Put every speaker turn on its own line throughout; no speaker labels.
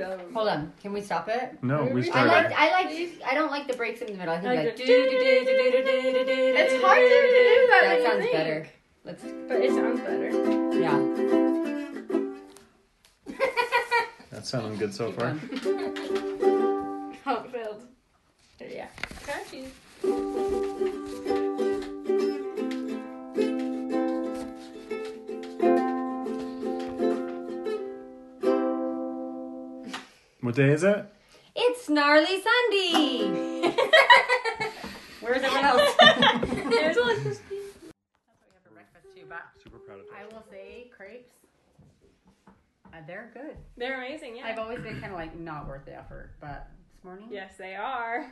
on. Can we stop it?
No, we
I
started.
like. I like. I don't like the breaks in the middle. I think
I
like.
go-
It's
It's
hard
harder
to
to
do
do
that.
that
That
than you
sounds
think.
better. Let's.
But it sounds better.
Yeah.
That's sounding good so
keep
far.
going. Oh.
Heart filled. Yeah. Crunchy.
What day is it?
It's gnarly Sunday. Where's everyone else?
There's like this.
Super proud of
I will say crepes. Uh, they're good.
They're amazing. Yeah.
I've always been kind of like not worth the effort, but this morning,
yes, they are.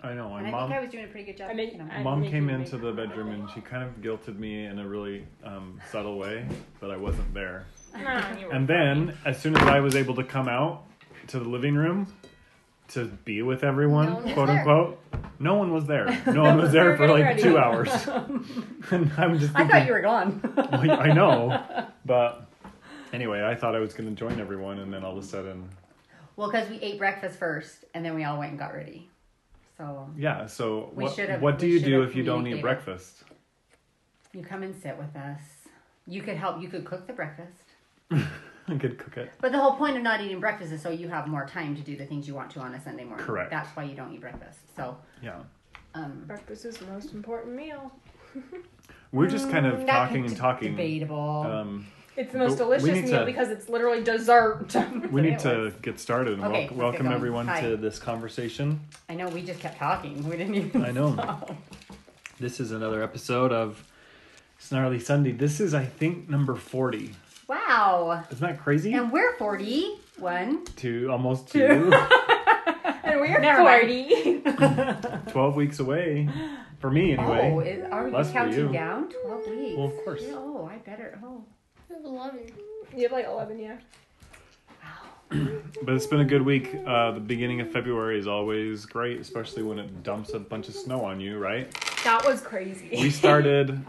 I know. My
and I
mom.
think I was doing a pretty good job.
I mean,
making them.
I-
Mom
making
came
me-
into the bedroom and she kind of guilted me in a really um, subtle way that I wasn't there.
No, you were
And then, as soon as I was able to come out to the living room to be with everyone,
No one was
quote
there.
unquote, no one was there. No one was there
were
for like
ready.
two hours. and I'm just
I
thinking,
thought you were gone.
"Well, I know. But anyway, I thought I was going to join everyone, and then all of a sudden,
well, because we ate breakfast first, and then we all went and got ready. So
yeah. So,
We
what,
should've-
what do
we
you do
should've
if you don't eat
communicated.
breakfast?
you come and sit with us. You could help. You could cook the breakfast.
I could cook it.
But the whole point of not eating breakfast is so you have more time to do the things you want to on a Sunday morning.
Correct.
That's why you don't eat breakfast. So,
Yeah.
um,
Breakfast is the most important meal.
We're just kind of
that
talking
could
and
be
talking.
Debatable.
Um,
It's the
But
most
we
delicious
need
meal
to-
because it's literally dessert.
we need
That's what it
to get started and
Okay,
wel-
let's get
welcome
going.
everyone
Hi.
to this conversation.
I know we just kept talking. We didn't even.
I know.
stop.
This is another episode of Snarly Sunday. This is, I think, number 40.
Wow.
Isn't that crazy?
And we're 41.
Two, almost two,
and we're
Never mind.
40.
12 weeks away. For me, anyway.
Oh, is, are
less
you
for
counting
you.
down? 12 weeks.
Well, of course.
Yeah, Oh, I better. Oh.
you have like 11, yeah.
But it's been a good week. Uh, the beginning of February is always great, especially when it dumps a bunch of snow on you, right?
That was crazy.
We started.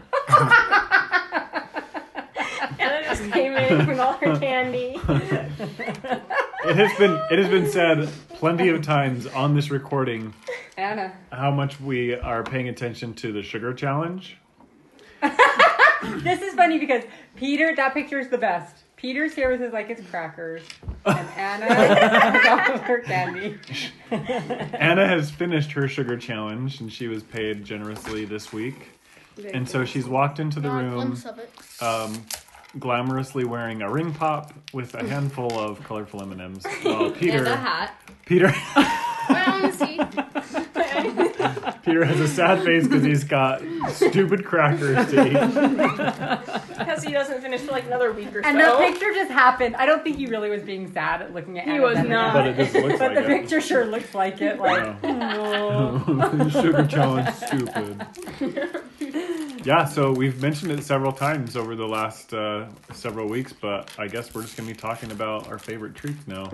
Anna just came in with all her candy.
It has been it has been said plenty of times on this recording
Anna.
how much we are paying attention to the sugar challenge.
This is funny because Peter, that picture is the best. Peter's here with his like his crackers, and Anna has all of her candy.
Anna has finished her sugar challenge and she was paid generously this week. And so she's walked into the room
of it.
um, glamorously wearing a ring pop with a handful of colorful M&Ms. While Peter
hat.
Peter
Well, see,
Peter has a sad face cuz he's got stupid crackers to eat.
Because he doesn't finish for like another week or so.
And that picture just happened. I don't think he really was being sad at looking at.
He
Anna
was
that
not.
much.
But it just looks
But
like
the picture sure looks like it. Like,
it.
oh.
No. sugar challenge stupid. Yeah, so we've mentioned it several times over the last uh, several weeks, but I guess we're just gonna be talking about our favorite treats now.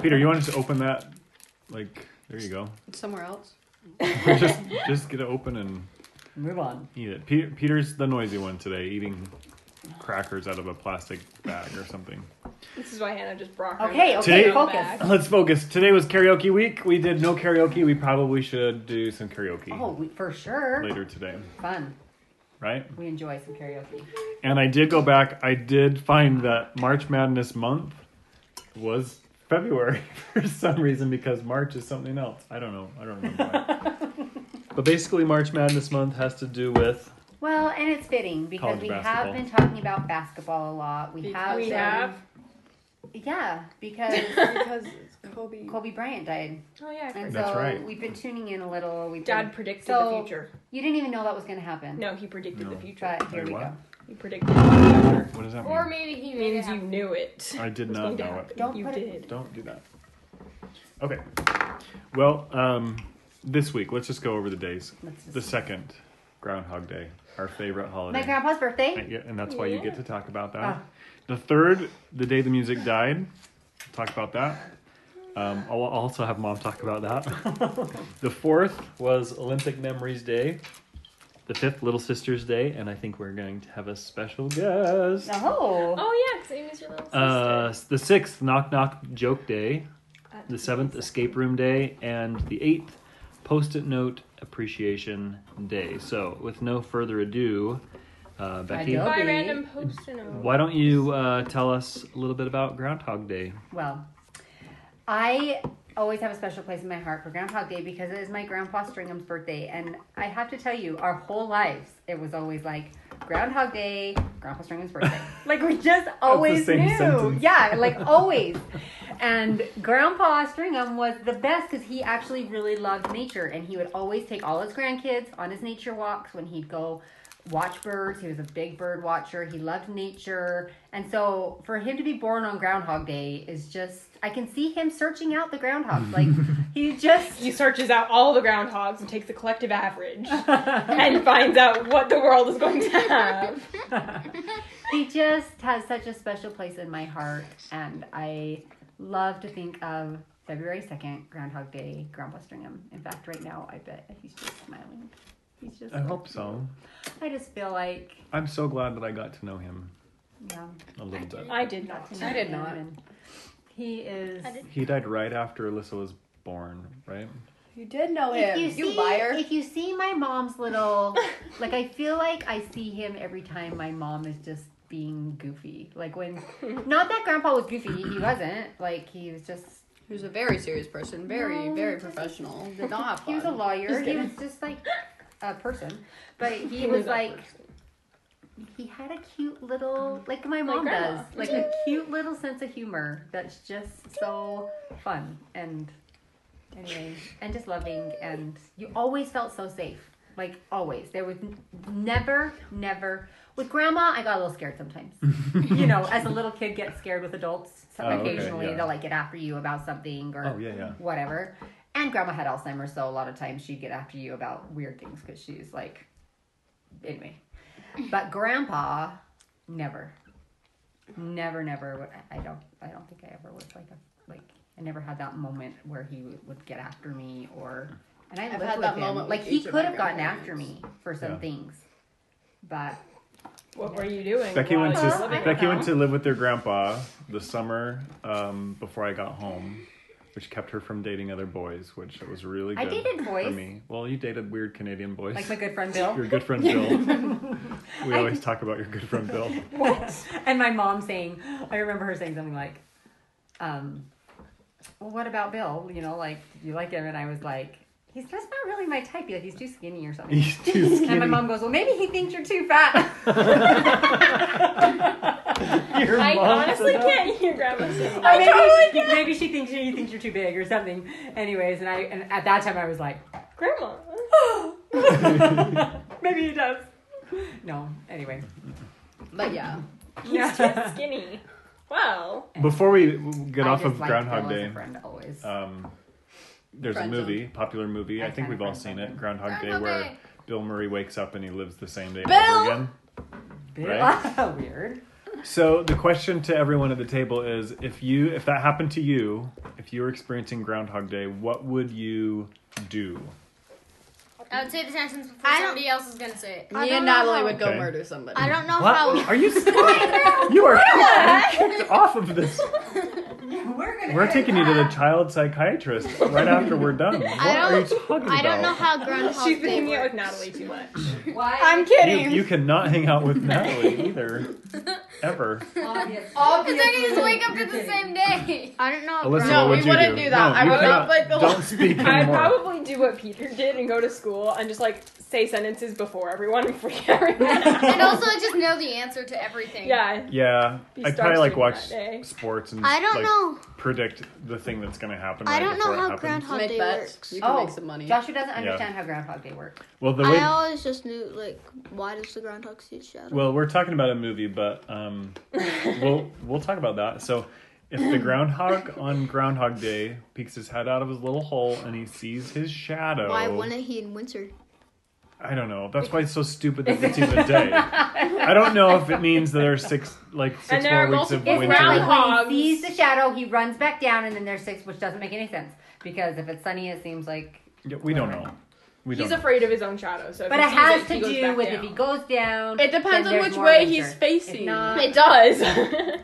Peter, you want to just open that? Like, there you go.
somewhere else.
just, just get it open and
move on.
eat it. Peter, Peter's the noisy one today, eating crackers out of a plastic bag or something.
This is why Hannah just brought her.
Okay, okay,
Today-
focus.
Let's focus. Today was karaoke week. We did no karaoke. We probably should do some karaoke
Oh, we, for sure.
later today,
Fun.
right?
We enjoy some karaoke.
And I did go back. I did find that March Madness month was February for some reason because March is something else. I don't know. I don't remember. Why. but basically, March Madness month has to do with
Well, and it's fitting because
College
we have
basketball.
been talking about basketball a lot. We have,
We
been-
have.
yeah, because
Because it's Kobe.
Kobe Bryant died,
Oh, yeah. I forgot.
and
That's
so
right.
we've been tuning in a little. We've
Dad
been-
predicted
So-
the future.
You didn't even know that was going to happen.
No, he predicted the future.
but here
Wait,
we
what?
go.
He predicted the future.
what does that mean?
Or maybe he
It
made
means
it
you knew it.
I did
It's
not
going to
know
happen.
it.
Don't
you
put it-
did.
Don't do that. Okay. Well, um, this week, let's just go over the days.
Let's just-
The second, Groundhog Day, our favorite holiday.
My grandpa's birthday.
And yeah, and that's why you get to talk about that.
Ah.
The third, the day the music died. Talk about that. Um, I'll I'll also have mom talk about that. the fourth was Olympic Memories Day. The fifth, Little Sisters Day, and I think we're going to have a special guest.
Oh,
Oh, yeah, because Amy's your little sister.
Uh, the sixth, Knock Knock Joke Day.
At
the seventh, escape room day, and the eighth, post-it note appreciation day. So, with no further ado, uh, Becky,
don't.
Buy
Okay.
random post notes.
why don't you uh, tell us a little bit about Groundhog Day?
Well, I always have a special place in my heart for Groundhog Day because it is my grandpa Stringham's birthday. And I have to tell you, our whole lives, it was always like Groundhog Day, Grandpa Stringham's birthday. like we just always
same
knew.
sentence.
Yeah, like always. and Grandpa Stringham was the best because he actually really loved nature. And he would always take all his grandkids on his nature walks when he'd go watch birds. He was a big bird watcher. He loved nature. And so for him to be born on Groundhog Day is just, I can see him searching out the groundhogs. Like he just.
He searches out all the groundhogs and takes the collective average and finds out what the world is going to have.
He just has such a special place in my heart, and I love to think of February 2nd, Groundhog Day, Grandpa Stringham. In fact, right now, I bet he's just smiling. He's just.
I hope so.
I just feel like,
I'm so glad that I got to know him
yeah.
a little bit.
I did not.
I did not. He is.
He died right after Alyssa was born, right?
You did know
If
him.
you,
You,
see,
liar.
If you see my mom's little, like I feel like I see him every time my mom is just being goofy. Like when, not that Grandpa was goofy, he wasn't. Like he was just.
he was a very serious person. Very,
No,
very
he just-
professional. Did not have fun.
He was a lawyer.
Just
He
kidding.
was just like a person, but he,
He
was,
was a
like. He had a cute little, like my mom
grandma.
does, like a cute little sense of humor that's just so fun and anyway, and just loving. And you always felt so safe, like always. There was n- never, never. With grandma, I got a little scared sometimes. you know, as a little kid gets scared with adults. So
Oh, okay,
occasionally,
yeah.
they'll like get after you about something or
Oh, yeah, yeah.
whatever. And grandma had Alzheimer's, so a lot of times she'd get after you about weird things because she's like, anyway. But grandpa, never, never, never. would- I don't. I don't think I ever was like a like. I never had that moment where he would, would get after me or. And I
I've
lived
had
with
that
him.
moment
like
with
he
each of
could
my
have gotten after me
grandparents.
for some
Yeah.
things, but
What were you doing?
Becky
while
went
you
to
were living with
Becky
them?
went to live with their grandpa the summer um, before I got home, which kept her from dating other boys, which was really
I
good
dated
for
boys.
me. Well, you dated weird Canadian boys.
like my good friend Bill.
your good friend Bill. we always talk about your good friend Bill.
and my mom saying, I remember her saying something like, um, well, what about Bill? You know, like, do you like him? And I was like, he's just not really my type. Like, he's too skinny or something.
He's too
And my
skinny.
mom goes, well, maybe he thinks you're too fat.
Your
I
mom
honestly
said that?
can't hear Grandma saying
Or maybe, maybe she thinks you thinks you're too big or something. Anyways, and I and at that time I was like,
Grandma.
maybe he does. No, anyway.
But yeah.
He's just skinny. Wow.
Before we get
I
off
just
of
liked
Groundhog
Bill as a
Day,
friend always.
um, there's a
Friend
movie, popular movie. I,
I
think
kinda
we've all
friend
seen
zoned
it,
him.
Groundhog Day,
Groundhog
where
Day.
Bill Murray wakes up and he lives the same day
Bill!
over again.
Bill,
right?
weird.
So the question to everyone at the table is: If you, if that happened to you, if you were experiencing Groundhog Day, what would you do?
I would say the sentence before
I don't-
somebody else is gonna say it.
Me
don't
and
know
Natalie
how-
would go
Okay.
murder somebody.
I don't know
What?
how.
Are you? you are kicked off of this.
We're gonna
We're taking you to the child psychiatrist right after we're done. What are you
don't-
talking
I don't know
about?
how Groundhog
She's been
Day
hanging out with
works.
Natalie too much.
why
I'm
You, you cannot hang out with Natalie either, ever.
obvious.
Because then you just wake up to the same day.
I don't know.
Alyssa,
Groundhog-
No,
what
we
would you
wouldn't
do?
do that.
No,
I
you
would
cannot-
not like the
Don't speak
I'd
anymore.
probably do what Peter did and go to school and just like say sentences before everyone and freak everyone out.
and also just know the answer to everything.
yeah.
yeah,
Be
I'd probably like
starstruck
watch
that day.
sports and
I don't
like,
know.
predict the thing that's gonna happen.
I
right
don't know
before it
how
happens.
Groundhog
make
Day
bets.
works.
You can make some money.
Joshua doesn't understand how Groundhog Day works.
Well, the
I
way
always just knew like why does the groundhog see its shadow?
Well, we're talking about a movie, but um, we'll we'll talk about that. So, if the groundhog on Groundhog Day peeks his head out of his little hole and he sees his shadow,
why wouldn't he in winter?
I don't know. That's why it's so stupid that it's even a day. I don't know if it means that there's six like six
And there
more
are
weeks of
multiple
It's
winter.
not like
Groundhogs.
when he sees the shadow, he runs back down, and then there's six, which doesn't make any sense because if it's sunny, it seems like.
Yeah, we don't know. We don't.
He's
know.
afraid of his own shadow, so if
But
he
it
sees
has
he
to
goes
do
back
with
down.
if he goes down.
It depends
then
on
there's
which
more
way
winter.
he's facing.
If not,
It does.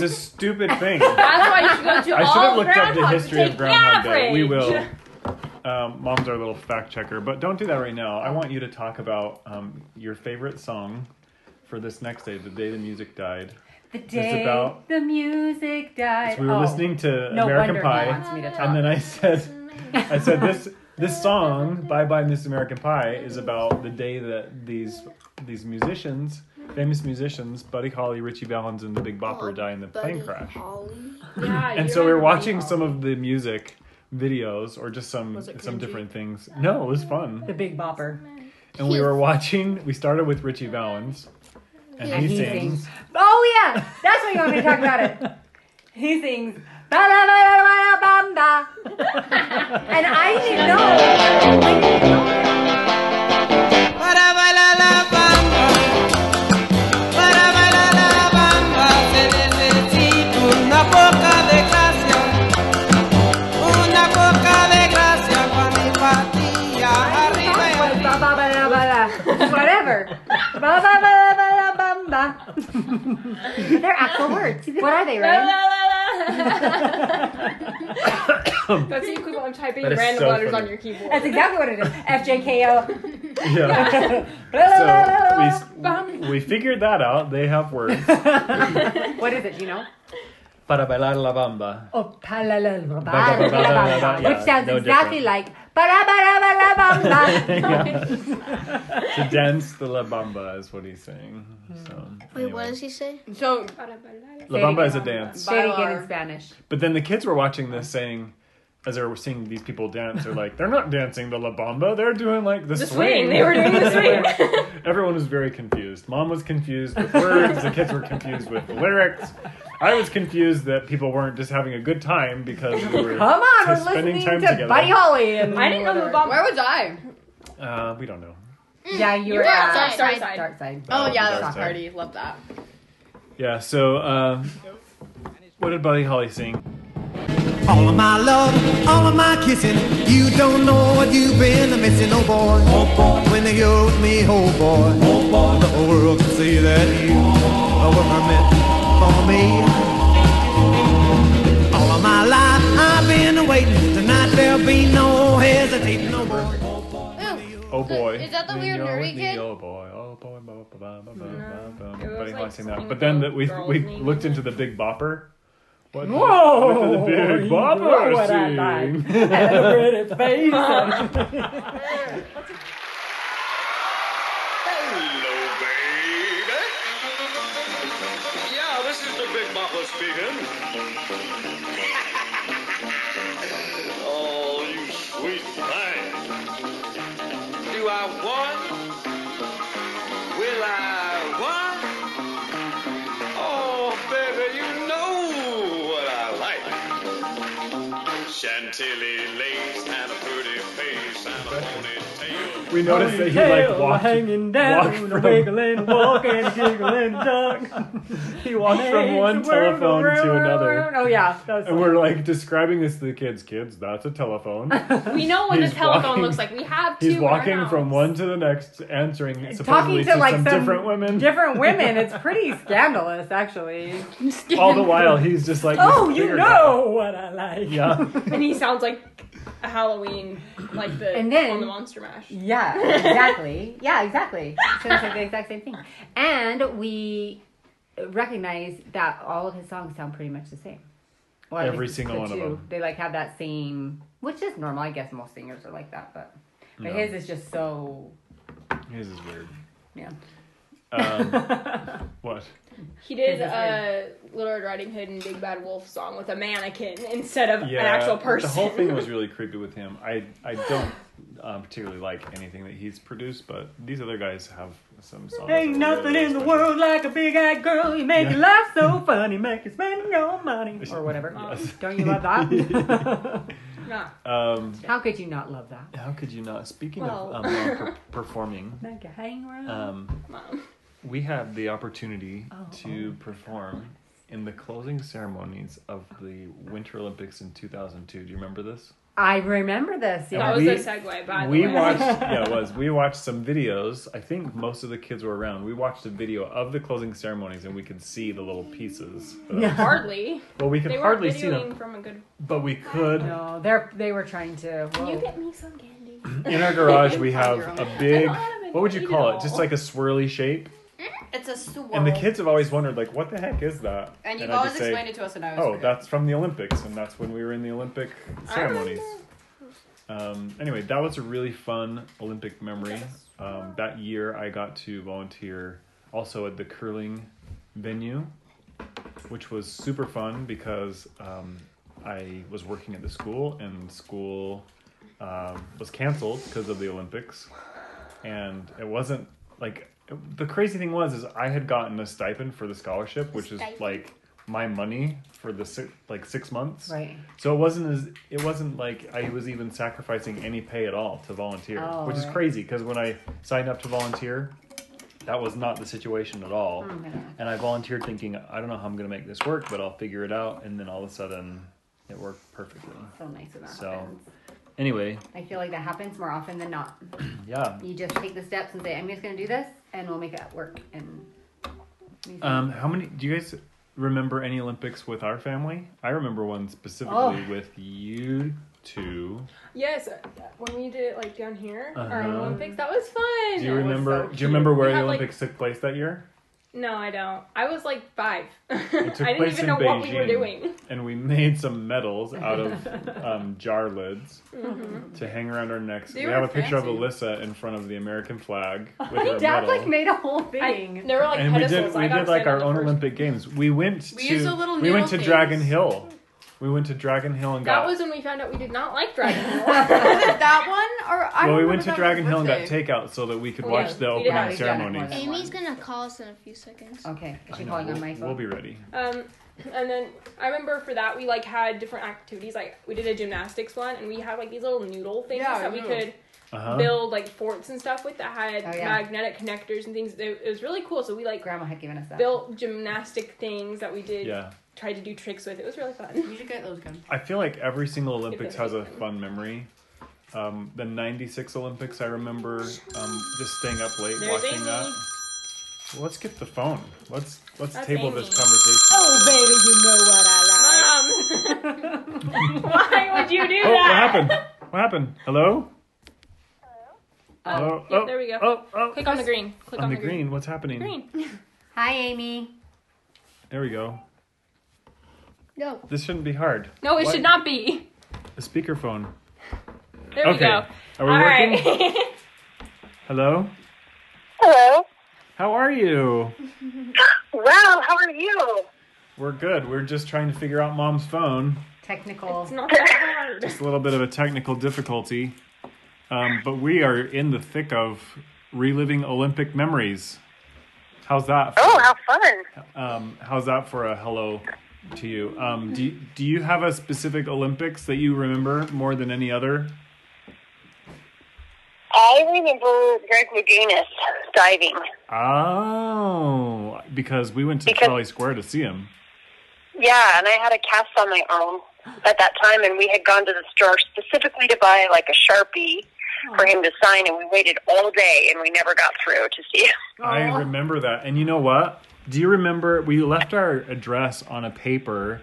a stupid thing.
That's why you should go to
I should
all
have looked up the
groundhogs to
history of
take
Groundhog
the
Day. We
average.
will. Um, Mom's our little fact checker, but don't do that right now. I want you to talk about um, your favorite song for this next day, the day the music died.
The day
about-
the music died.
So we were
Oh,
listening to
no wonder
American
He
Pie,
wants me to talk.
and then I said, I said this this song, Bye Bye Miss American Pie, is about the day that these these musicians, famous musicians, Buddy Holly, Richie Valens, and the Big Bopper, die in the plane crash.
Yeah,
and
you're
so we were
right.
watching some of the music videos or just some
Was it
some
cringy?
different things. No, it was fun.
the Big Bopper.
And we were watching. We started with Richie Valens, and
Yeah,
he,
he
sings.
sings. Oh yeah, that's what you want me to talk about it. He sings. "Ba da ba da ba da bam ba." and I didn't even know. I didn't know that.
Una poca de gracia, una poca de gracia para mi patilla, arriba y
Ba ba ba da ba da. Whatever. Ba ba ba da ba da bam ba. They're actual words. What are they,
La, la,
right?
la, la. That's the equivalent of typing
That is
random
so
letters
funny.
on your keyboard.
That's exactly what it is. F J K O.
Yeah. so we, we figured that out. They have words.
What is it? Do you know?
Para bailar la bamba.
Oh,
ba- yeah,
which sounds
no
exactly
different.
like ba da ba da ba da bam ba.
Yeah. to dance the la bamba is what he's saying. So,
Hmm. Wait, what
anyway.
does he say?
So
la bamba is a dance.
Say it again in
Bailar.
Spanish.
But then the kids were watching this saying, as they were seeing these people dance, they're like, they're not dancing the La Bamba, they're doing like the,
the swing. They were doing the swing.
Everyone was very confused. Mom was confused with words, the kids were confused with the lyrics. I was confused that people weren't just having a good time because we were
Come on,
just
we're listening to Buddy Holly and
I didn't know the
where
bomb.
was I?
Uh, we don't know.
Yeah, you were
were
at Dark
outside.
Dark
Side.
side.
Dark Side.
Oh
Uh,
yeah,
dark
that was
side.
party. Love that.
Yeah, so uh, what did Buddy Holly sing?
All of my love, all of my kissing. You don't know what you've been missing, oh boy. Oh boy. When you're with me, oh boy. Oh boy. The whole world can see that you were meant for me. All of my life, I've been waiting. Tonight there'll be no hesitating, oh boy. Oh boy.
Oh boy.
is that the
When
weird
you're
nerdy
with me,
kid?
Oh boy, oh boy, ba- ba- ba- ba- ba- ba- ba-
It was
Buddy
like
Holly sang that.
something
But then
about
that we've
girls
we've
naming
looked
it.
into the Big Bopper. What
Whoa,
what
you
did the Big
know what I
Bopper
like.
sing?
And a pretty face and-
Hello, baby. Yeah, this is the Big Bopper speaking. oh, you sweet thing. Do I want? Will I want? Oh, baby, you know what I like. Chantilly lace and a pretty face and a ponytail.
We noticed that he like
Tail
walked
hanging
walked
down,
from-
wiggling, walking, giggling, duck.
he walked from one telephone to another.
Oh yeah, that was
And we're like describing this to the kids. Kids, that's a telephone.
We know what the
He's
telephone
walking-
looks like. We have two.
He's
in our
walking from
house.
one to the next, answering
talking
supposedly
to like
some different women.
Different women. It's pretty scandalous, actually.
All the while, he's just like, this
oh, you
bigger
know what I like.
guy. Yeah.
And he sounds like a Halloween, like the
And then-
on the Monster Mash.
Yeah, exactly. yeah, exactly. So it's like the exact same thing. And we recognize that all of his songs sound pretty much the same. Well, at
Every
least
single
the
one of
two.
them.
They like have that same, which is normal. I guess most singers are like that, but but his is just so
His is weird.
yeah.
Um, what?
He did
His is
a Little Red Riding Hood and Big Bad Wolf song with a mannequin instead of
Yeah,
an actual person.
The whole thing was really creepy with him. I I don't um, particularly like anything that he's produced, but these other guys have some songs. that
Ain't
are
nothing
really
in the
special.
world like a big eyed girl. You make
Yeah.
your life so funny, make you spend your money. Or whatever.
Yes.
Oh, Don't you love that?
Nah.
Um,
How could you not love that?
how could you not? Speaking
Well.
of um, non- per- performing,
Make you hang around.
um,
Mom.
we had the opportunity
Oh,
to perform in the closing ceremonies of the Winter Olympics in 2002. Do you remember this?
I remember this.
And
Yeah.
we-
segue, by the
we
way.
watched, yeah, it was. We watched some videos. I think most of the kids were around. We watched a video of the closing ceremonies, and we could see the little pieces. But,
Yeah.
Hardly.
Well, we could
They
hardly
weren't
see them.
videoing from a good.
but we could.
No, they're they were trying to.
Can you
whoa.
get me some candy?
In our garage, we
On
have
your
a
own.
big.
I don't have any
What would you
meat at
call it?
all.
Just like a swirly shape.
It's a swirl.
And the kids have always wondered, like, what the heck is that?
And you've
I
always
just say,
explained it to us, and I was.
Oh, that's from the Olympics, and that's when we were in the Olympic ceremonies. Um, anyway, that was a really fun Olympic memory. Um, that year, I got to volunteer also at the curling venue, which was super fun because um, I was working at the school, and school um, was canceled because of the Olympics, and it wasn't like the crazy thing was is I had gotten a stipend for the scholarship, which is
Stipend.
like my money for the six, like six months.
Right.
So it wasn't as it wasn't like I was even sacrificing any pay at all to volunteer,
Oh,
which is
right.
crazy because when I signed up to volunteer, that was not the situation at all.
Hmm.
And I volunteered thinking I don't know how I'm going to make this work, but I'll figure it out. And then all of a sudden, it worked perfectly.
So nice when that
So-
happens.
Anyway,
I feel like that happens more often than not.
yeah.
You just take the steps and say, "I'm just going to do this, and we'll make it work." And
Um, how many do you guys remember any Olympics with our family? I remember one specifically
Oh.
with you two.
Yes, uh, when we did it like down here, our
Uh-huh.
Olympics, that was fun.
Do you
That was
remember?
so
do you remember
cute.
where
We
the
had, like-
Olympics took place that year?
No, I don't. I was like five.
took
I didn't
place
even
in
know what we were
Beijing.
doing.
And we made some medals out of um, jar lids to hang around our necks.
They
we
were
have a picture
fancy.
of Alyssa in front of the American flag with
I
her
think Dad
medal.
like made a whole
I,
thing.
there were like
and we did
pedestals. I
we
got
did like
to
our
stand on
own
the first-
Olympic Games. We went
We
to
used the little
we went to
noodle
Dragon
things.
Hill. We went to Dragon Hill and
That
got
was when we found out we did not like Dragon
Was
Ball.
it that one or I?
well. We
remember
went to
that
Dragon
was
Hill and got
birthday.
takeout so that we could
Yeah,
watch the
we did
opening
have
to get it more
ceremonies.
than-
Amy's gonna call us in a few seconds.
Okay, is
I
she
know,
calling
we'll,
on my phone?
we'll be ready.
um, and then I remember for that we like had different activities. Like we did a gymnastics one, and we had like these little noodle things
Yeah,
that we
noodles.
could
Uh-huh.
build like forts and stuff with that had
Oh, yeah.
magnetic connectors and things. It, it was really cool. So we like
Grandma had given us that.
built gymnastic things that we did.
Yeah.
Tried to do tricks with. It was really fun.
You should get those guns.
I feel like every single Olympics
they're
has a fun memory. Um, the '96 Olympics, I remember um, just staying up late
There's
watching
Amy.
that. Well, let's get the phone. Let's let's
That's
table
Amy.
this conversation.
oh baby, you know what I like.
Mom, Um, why would you do
Oh, what
that?
happened? What happened? Hello? Hello?
Oh, yeah, there we go.
Oh, oh,
Click on the green. Click
on, the green. What's happening?
Green.
Hi, Amy.
There we go.
No.
This shouldn't be hard.
No, it
What?
should not be.
The speakerphone.
There we
Okay.
go.
Are
All
we working?
right.
Hello?
Hello.
How are you?
Well, how are you?
We're good. We're just trying to figure out mom's phone.
Technical.
it's not that hard.
Just a little bit of a technical difficulty. Um, but we are in the thick of reliving Olympic memories. How's that? for-
Oh, how fun.
um, how's that for a hello to you? Um, do you- do you have a specific Olympics that you remember more than any other?
I remember Greg Louganis diving.
Oh, because we went to
Because-
Charlie Square to see him.
Yeah, and I had a cast on my arm at that time, and we had gone to the store specifically to buy like a Sharpie for him to sign, and we waited all day, and we never got through to see him.
I remember that. And you know what? Do you remember we left our address on a paper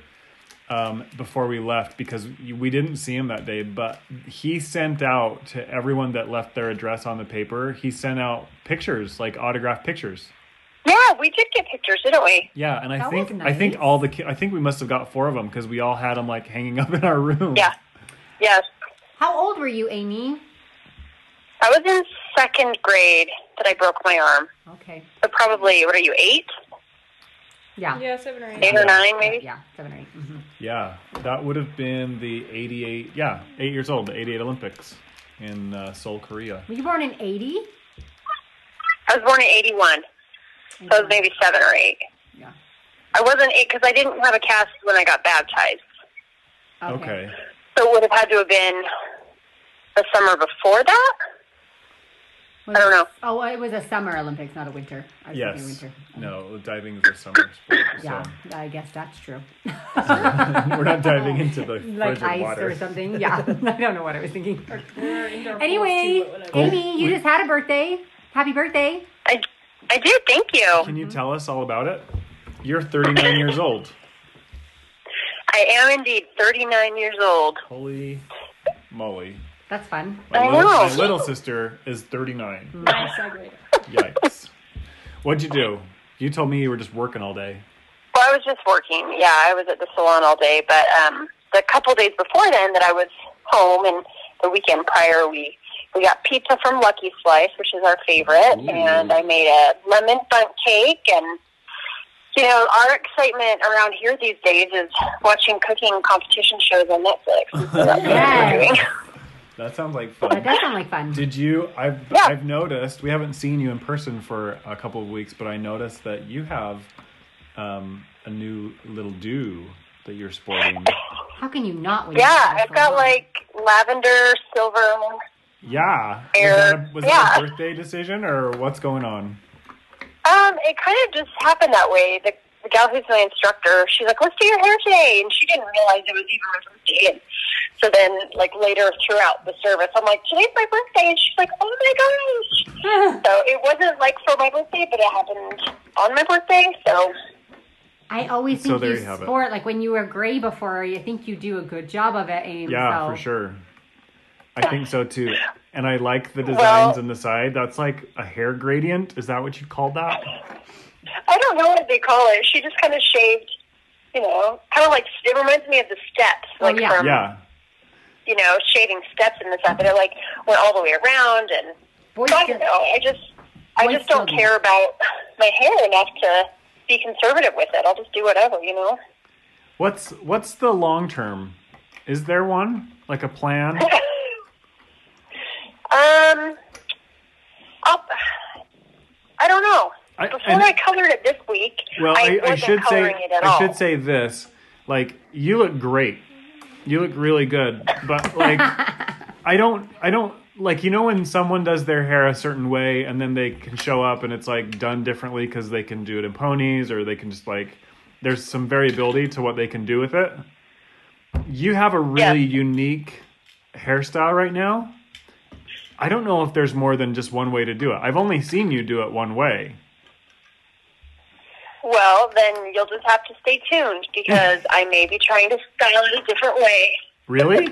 um, before we left because we didn't see him that day, but he sent out to everyone that left their address on the paper, he sent out pictures, like autographed pictures.
Yeah, we did get pictures, didn't we?
Yeah, and I
That
think
was
I think
nice.
all the ki- I think we must have got four of them because we all had them like hanging up in our room.
Yeah. Yes.
How old were you, Amy?
I was in second grade that I broke my arm.
Okay.
So probably, what are you, eight?
Yeah.
Yeah, seven or eight.
Eight or nine, maybe?
Yeah, seven or 8 Mm-hmm.
Yeah, that would have been the 88, yeah, eight years old, the 88 Olympics in uh, Seoul, Korea.
Were you born in eighty?
I was born in 81, so I was maybe seven or eight.
Yeah.
I wasn't eight because I didn't have a cast when I got baptized.
Okay.
So it would have had to have been the summer before that.
I don't know. Oh, it was a summer Olympics, not a winter. I was thinking
Yes.
winter.
No, diving is a summer sport.
Yeah,
So
I guess that's true.
we're not diving into the
like
frigid
ice
water.
or something. Yeah, I don't know what I was thinking.
pools,
anyway,
too, but whatever.
Amy, you just had a birthday. Happy birthday! I, I did. Thank you.
Can you tell us all about it? You're 39 years old.
I am indeed 39 years old.
Holy moly.
That's fun.
My,
I
little,
know.
my little sister is 39.
Mm.
My segue.
Yikes. What'd you do? You told me you were just working all day.
Well, I was just working. Yeah, I was at the salon all day, but um, the couple days before then that I was home, and the weekend prior, we we got pizza from Lucky Slice, which is our favorite, and I made a lemon bundt cake. And you know, our excitement around here these days is watching cooking competition shows on Netflix.
That sounds like
That
fun.
does sound like fun.
Did you? I've I've noticed we haven't seen you in person for a couple of weeks, but I noticed that you have um, a new little do that you're sporting.
How can you not? When
Yeah, I've got like lavender, silver.
Yeah, was
Air-
that, a, was that a
yeah.
birthday decision or what's going on?
Um, it kind of just happened that way. The, the gal who's my instructor, she's like, "Let's do your hair today," and she didn't realize it was even my birthday. And so then, like later throughout the service, I'm like, "Today's my birthday," and she's like, "Oh my gosh!" so it wasn't like for my birthday, but it happened on my birthday. So
I always
So
think
there
you,
you have it.
sport like when you were gray before. You think you do a good job of it, Amy.
Yeah,
so.
for sure. I think so too. And I like the designs
Well-
on the side. That's like a hair gradient. Is that what you'd call that?
I don't know what they call it. She just kind of shaved, you know, kind of like it reminds me of the steps, like from
Yeah.
you know, shaving steps and this that, but it like went all the way around and so I don't know. I just I just don't care about my hair enough to be conservative with it. I'll just do whatever, you know.
What's what's the long term? Is there one? Like a plan?
Um I'll, I don't know.
I-
Before
and-
I colored it this week,
Well, I, I
wasn't
should
coloring
say
it at
I
all.
should say this. Like you look great. You look really good. But like I don't I don't like you know when someone does their hair a certain way and then they can show up and it's like done differently cuz they can do it in ponies or they can just like there's some variability to what they can do with it. You have a really unique hairstyle right now. I don't know if there's more than just one way to do it. I've only seen you do it one way.
Well, then you'll just have to stay tuned because I may be trying to style it a different way.
Really?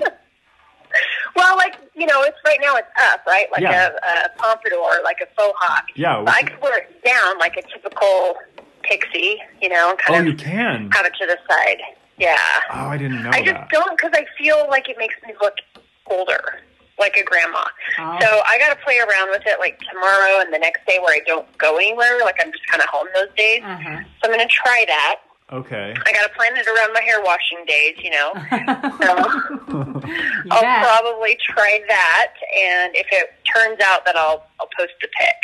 Well, like you know, it's right now it's up, right? Like
Yeah.
a, a pompadour, like a faux hawk.
Yeah,
But
which-
I could wear it down like a typical pixie, you know, and
Oh,
kind
you
of
can.
have it to the side. Yeah.
Oh, I didn't know
I just
that.
don't because I feel like it makes me look older, like a grandma.
Oh.
So I got to play around with it like tomorrow and the next day where I don't go anywhere. Like I'm just kind of home those days.
Mm.
Uh-huh.
So I'm gonna try that.
Okay.
I gotta plan it around my hair washing days, you know. so I'll probably try that, and if it turns out that I'll I'll post a pic.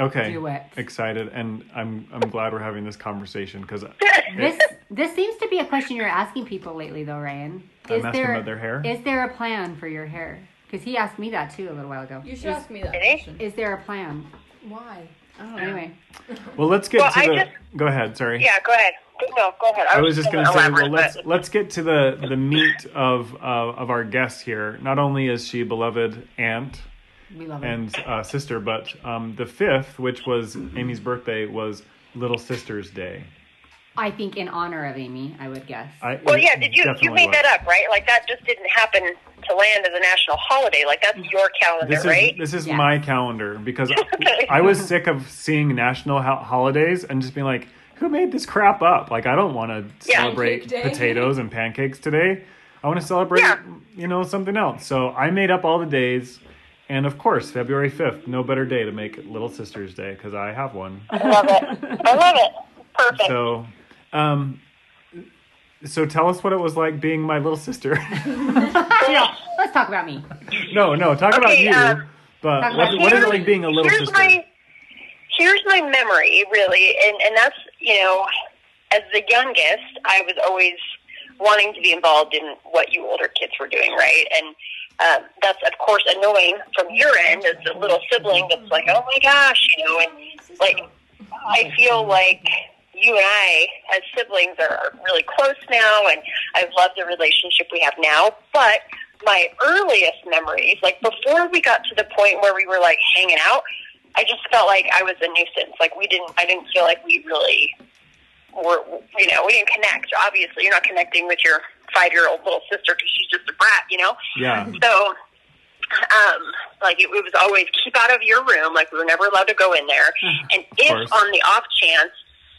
Okay.
Do it.
Excited, and I'm I'm glad we're having this conversation because
This this seems to be a question you're asking people lately, though, Ryan.
I'm asking about their hair?
Is there a plan for your hair? Because he asked me that too a little while ago.
You should
Is-
ask me that question.
Is there a plan? Oh,
Why? I don't know.
Anyway,
well, let's get
Well,
to
I
the.
just-
go ahead. Sorry.
Yeah, go ahead. No, go ahead.
I was just going to say, well,
elaborate,
let's
but-
let's get to the the meat of uh, of our guest here. Not only is she beloved aunt
we love it.
and uh, sister, but um, the fifth, which was
Mm-hmm.
Amy's birthday, was Little Sister's Day.
I think in honor of Amy, I would guess.
I,
Well,
it
yeah. Did you you
definitely
made
was.
that up, right? Like that just didn't happen to land as a national holiday. Like that's your calendar,
This is
right?
this is my calendar because I was sick of seeing national ho- holidays and just being like, who made this crap up? Like, I don't want to
Yeah.
celebrate
Pancake day.
potatoes and pancakes today. I want to celebrate, you know, something else. So I made up all the days, and of course, February fifth, no better day to make it Little Sisters Day because I have one.
I love it. I love it. Perfect.
So, um, so tell us what it was like being my little sister.
yeah, let's talk about me.
no, no, talk about
Okay,
you.
um,
but
talk
what,
about
what is it
you.
like being a little
here's
sister?
My, here's my memory, really, and and that's you know, as the youngest, I was always wanting to be involved in what you older kids were doing, right? And Um, that's of course annoying from your end as a little sibling that's like, oh my gosh, you know, and like I feel like you and I as siblings are, are really close now, and I love the relationship we have now. But my earliest memories, like before we got to the point where we were like hanging out, I just felt like I was a nuisance. Like we didn't, I didn't feel like we really were, you know, we didn't connect. Obviously, you're not connecting with your five year old little sister because she's just a brat, you know.
Yeah.
So, um, like it, it was always keep out of your room. Like we were never allowed to go in there. And
course.
if on the off chance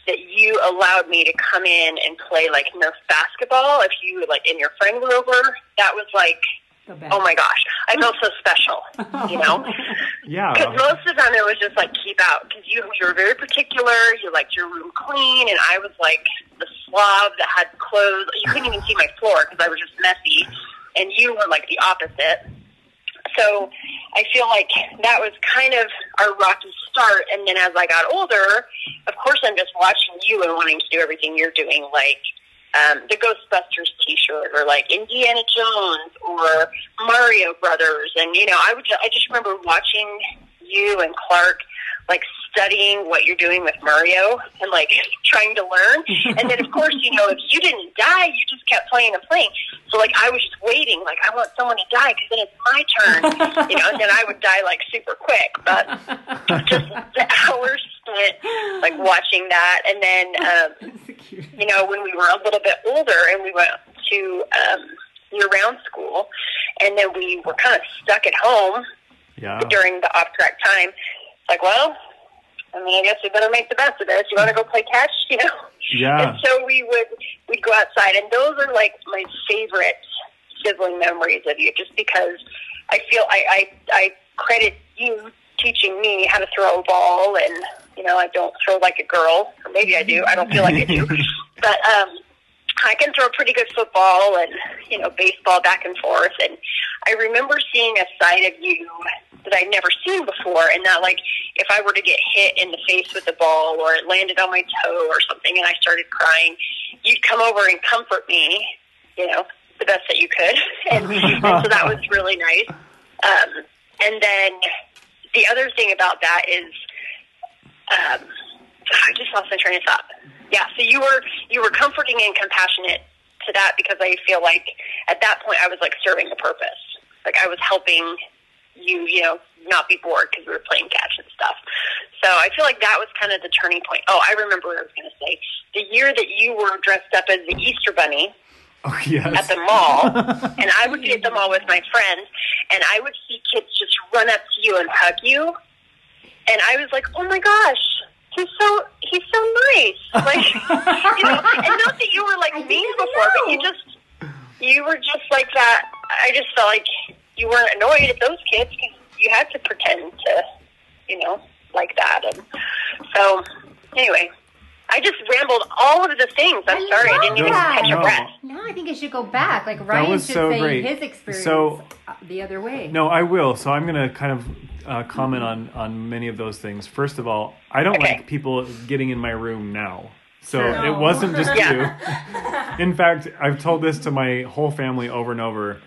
that you allowed me to come in and play like Nerf basketball, if you like and your friend were over, that was like, oh my gosh, I felt so special, you know. Because
Yeah.
most of the time it was just like keep out because you you were very particular. You liked your room clean, and I was like the slob that had clothes. You couldn't even see my floor because I was just messy, and you were like the opposite. So I feel like that was kind of our rocky start. And then as I got older, of course I'm just watching you and wanting to do everything you're doing, like um, the Ghostbusters T-shirt, or like Indiana Jones, or Mario Brothers, and you know, I would ju- I just remember watching you and Clark like studying what you're doing with Mario and like trying to learn. And then of course, you know, if you didn't die, you just kept playing and playing. So like I was just waiting, like I want someone to die because then it's my turn, you know. And then I would die like super quick, but just the hours spent like watching that. And then um, you know, when we were a little bit older and we went to um, year-round school, and then we were kind of stuck at home
Yeah.
during the off track time. It's like, well, I mean, I guess we better make the best of this. You want to go play catch, you know?
Yeah.
And so we would we'd go outside, and those are like my favorite sibling memories of you, just because I feel I I, I credit you teaching me how to throw a ball, and you know I don't throw like a girl, or maybe I do. I don't feel like I do, but um, I can throw pretty good football and you know baseball back and forth. And I remember seeing a side of you that I'd never seen before, and that like if I were to get hit in the face with the ball or it landed on my toe or something, and I started crying, you'd come over and comfort me, you know, the best that you could. and, and so that was really nice. Um, and then the other thing about that is, um, I just lost my train of thought. Yeah, so you were you were comforting and compassionate to that because I feel like at that point I was like serving a purpose, like I was helping you, you know, not be bored because we were playing catch and stuff. So I feel like that was kind of the turning point. Oh, I remember what I was going to say. The year that you were dressed up as the Easter Bunny,
Oh, yes.
at the mall, and I would be at the mall with my friends, and I would see kids just run up to you and hug you, and I was like, oh my gosh, he's so he's so nice, like you know, and not that you were like mean before, but you just you were just like that. I just felt like you weren't annoyed at those kids because you had to pretend to, you know, like that, and so anyway. I just rambled all of the things. I'm sorry, I didn't even
Yeah.
catch a breath.
No, I think it should go back. Like Ryan
was
should
so
say
great.
his experience
So-
uh, the other way.
No, I will. So I'm going to kind of uh, comment on on many of those things. First of all, I don't like people getting in my room now. So
Sure.
it wasn't just
Yeah.
you. In fact, I've told this to my whole family over and over.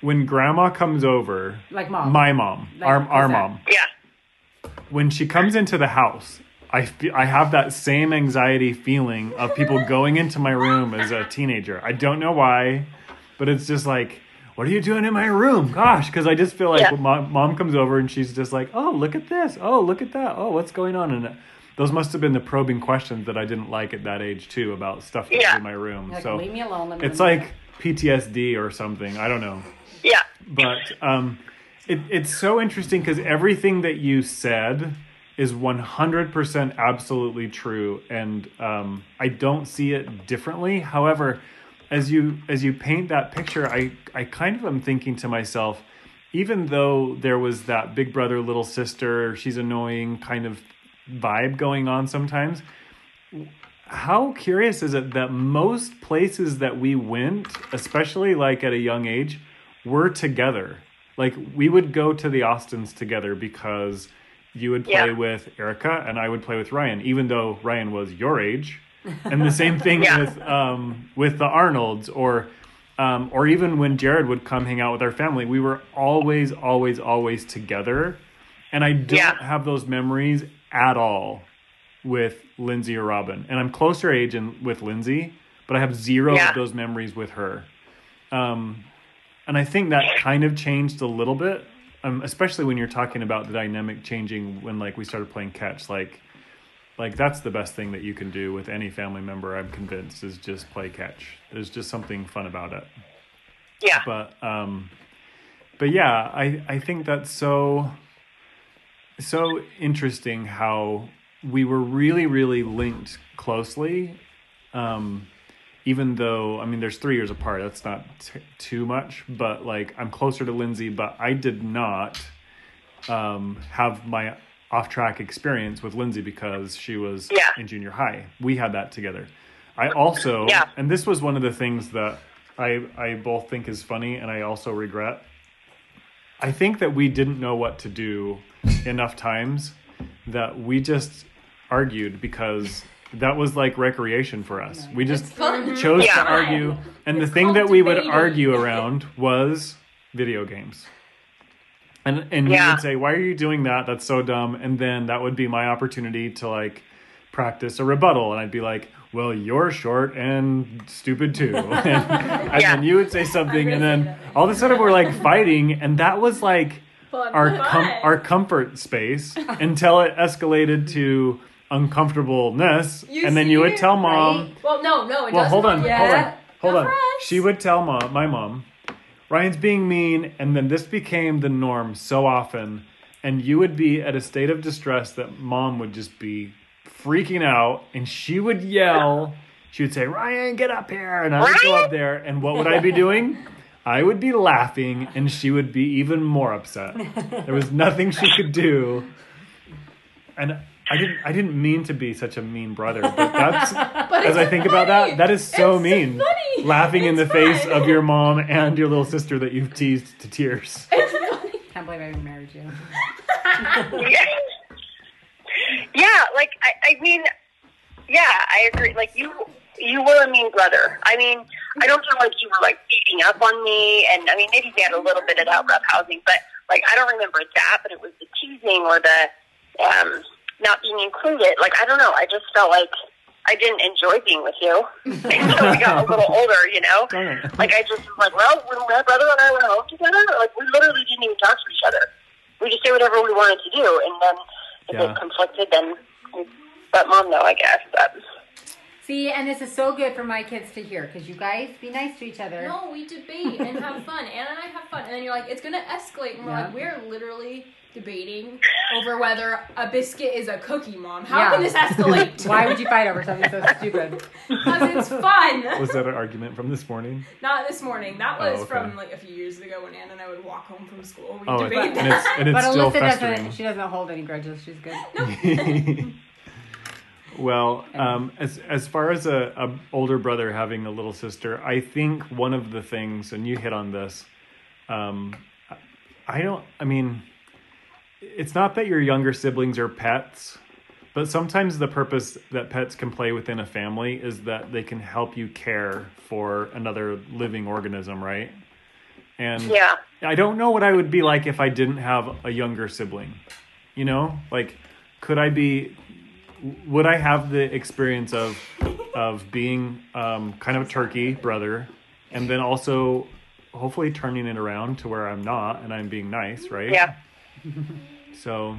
When grandma comes over,
Like mom.
my mom,
Like
our our
Lisa.
mom. Yeah. When she comes into the house, I fe- I have that same anxiety feeling of people going into my room as a teenager. I don't know why, but it's just like, what are you doing in my room? Gosh, because I just feel like
Yeah.
mom, mom comes over and she's just like, oh, look at this. Oh, look at that. Oh, what's going on? And those must have been the probing questions that I didn't like at that age too about stuff that was in my room.
Like,
so
leave me alone. Let me
it's
alone.
like PTSD or something. I don't know.
Yeah.
But um, it, it's so interesting because everything that you said is 100% absolutely true, and um, I don't see it differently. However, as you as you paint that picture, I I kind of am thinking to myself, even though there was that big brother little sister, she's annoying kind of vibe going on sometimes how curious is it that most places that we went, especially like at a young age, were together? Like we would go to the Austins together because you would play
Yeah.
with Erica and I would play with Ryan, even though Ryan was your age. And the same thing
Yeah.
with um, with the Arnolds or Um, or even when Jared would come hang out with our family, we were always, always, always together. And I don't have those memories at all with Lindsay or Robin. And I'm closer age in, with Lindsay, but I have zero
Yeah.
of those memories with her. Um, and I think that kind of changed a little bit, um, especially when you're talking about the dynamic changing when like we started playing catch. Like, like that's the best thing that you can do with any family member. I'm convinced is just play catch. There's just something fun about it.
Yeah.
But um, but yeah, I I think that's so so interesting how we were really really linked closely um even though i mean there's three years apart that's not t- too much but like i'm closer to lindsay but i did not um have my off track experience with lindsay because she was in junior high we had that together i also and this was one of the things that i i both think is funny and i also regret I think that we didn't know what to do enough times that we just argued because that was like recreation for us. We just
fun.
chose
Yeah.
to argue, and the thing that we would argue around was video games. And and he
Yeah.
would say, "Why are you doing that? That's so dumb." And then that would be my opportunity to like practice a rebuttal, and I'd be like, "Well, you're short and stupid too." and, and then you would say something, and then all of a sudden we're like fighting, and that was like
Fun.
our com- our comfort space until it escalated to uncomfortableness, and then you would tell mom.
Well, no, no. It
Well,
does
hold on,
yeah.
hold on, hold on. She would tell mom, my mom, Ryan's being mean, and then this became the norm so often, and you would be at a state of distress that mom would just be freaking out, and she would yell. She would say, Ryan, get up here, and I would go up there, and what would I be doing? I would be laughing, and she would be even more upset. There was nothing she could do, and I didn't. I didn't mean to be such a mean brother, but that's
But
as I think about that, that is so mean.
funny.
Laughing in the face of your mom and your little sister that you've teased to tears.
Can't believe I even married you.
yeah, like I, I mean, yeah, I agree. Like you, you were a mean brother. I mean, I don't feel like you were like beating up on me, and I mean, maybe we had a little bit of that rough housing, but like I don't remember that. But it was the teasing or the um, not being included. Like I don't know. I just felt like I didn't enjoy being with you until we got a little older. You know, like I just was like, well, when my brother and I went home together, like we literally didn't even talk to each other. We just did whatever we wanted to do, and then if
Yeah.
it conflicted, then let mom know, I guess. But
See, and this is so good for my kids to hear because you guys be nice to each other.
No, we debate and have fun. Anna and I have fun, and then you're like, it's gonna escalate, and we're
Yeah.
like, we're literally debating over whether a biscuit is a cookie, mom. How
Yeah.
can this escalate?
Why would you fight over something so stupid?
Because it's fun.
Was that an argument from this morning?
Not this morning. That
Oh,
was
okay.
from like a few years ago when Anna and I would walk home from school. We
Oh,
debate
and
that.
it's- and it's
but
still
Alyssa doesn't.
festering.
She doesn't hold any grudges. She's good.
well, um, as as far as a, a older brother having a little sister, I think one of the things, and you hit on this, um, I don't. I mean, it's not that your younger siblings are pets, but sometimes the purpose that pets can play within a family is that they can help you care for another living organism, right? And
Yeah.
I don't know what I would be like if I didn't have a younger sibling. You know, like could I be would I have the experience of of being um, kind of a turkey brother, and then also hopefully turning it around to where I'm not and I'm being nice, right?
Yeah.
So,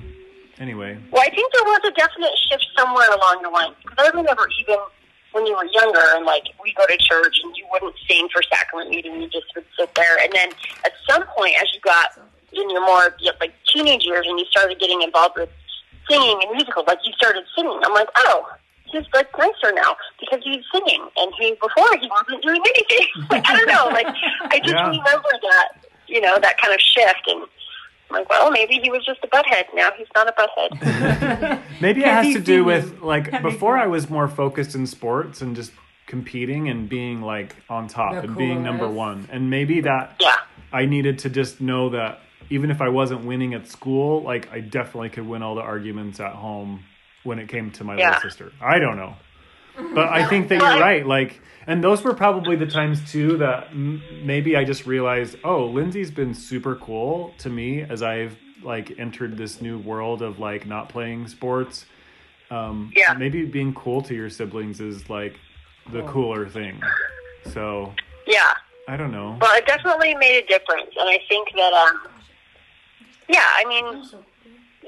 anyway,
well, I think there was a definite shift somewhere along the line because I remember even when you were younger and like we go to church and you wouldn't sing for sacrament meeting, you just would sit there. And then at some point, as you got in your more you know, like teenage years and you started getting involved with singing and musicals, like you started singing, I'm like, oh. He's like nicer now because he's singing, and he before he wasn't doing anything. like, I don't know, like I just
Yeah.
remember that, you know, that kind of shift, and I'm like, well, maybe he was just a butthead. Now he's not a butthead.
maybe it
Have
has
you
to do
seen
with like before I was more focused in sports and just competing and being like on top
The
and being number
coolest.
one, and maybe that I needed to just know that even if I wasn't winning at school, like I definitely could win all the arguments at home when it came to my
Yeah.
little sister. I don't know. But I think that you're right. Like, and those were probably the times too that m- maybe I just realized, oh, Lindsay's been super cool to me as I've like entered this new world of like not playing sports. Um, yeah. Maybe being cool to your siblings is like the cooler thing. So
Yeah.
I don't know.
Well, it definitely made a difference, and I think that, um, yeah, I mean,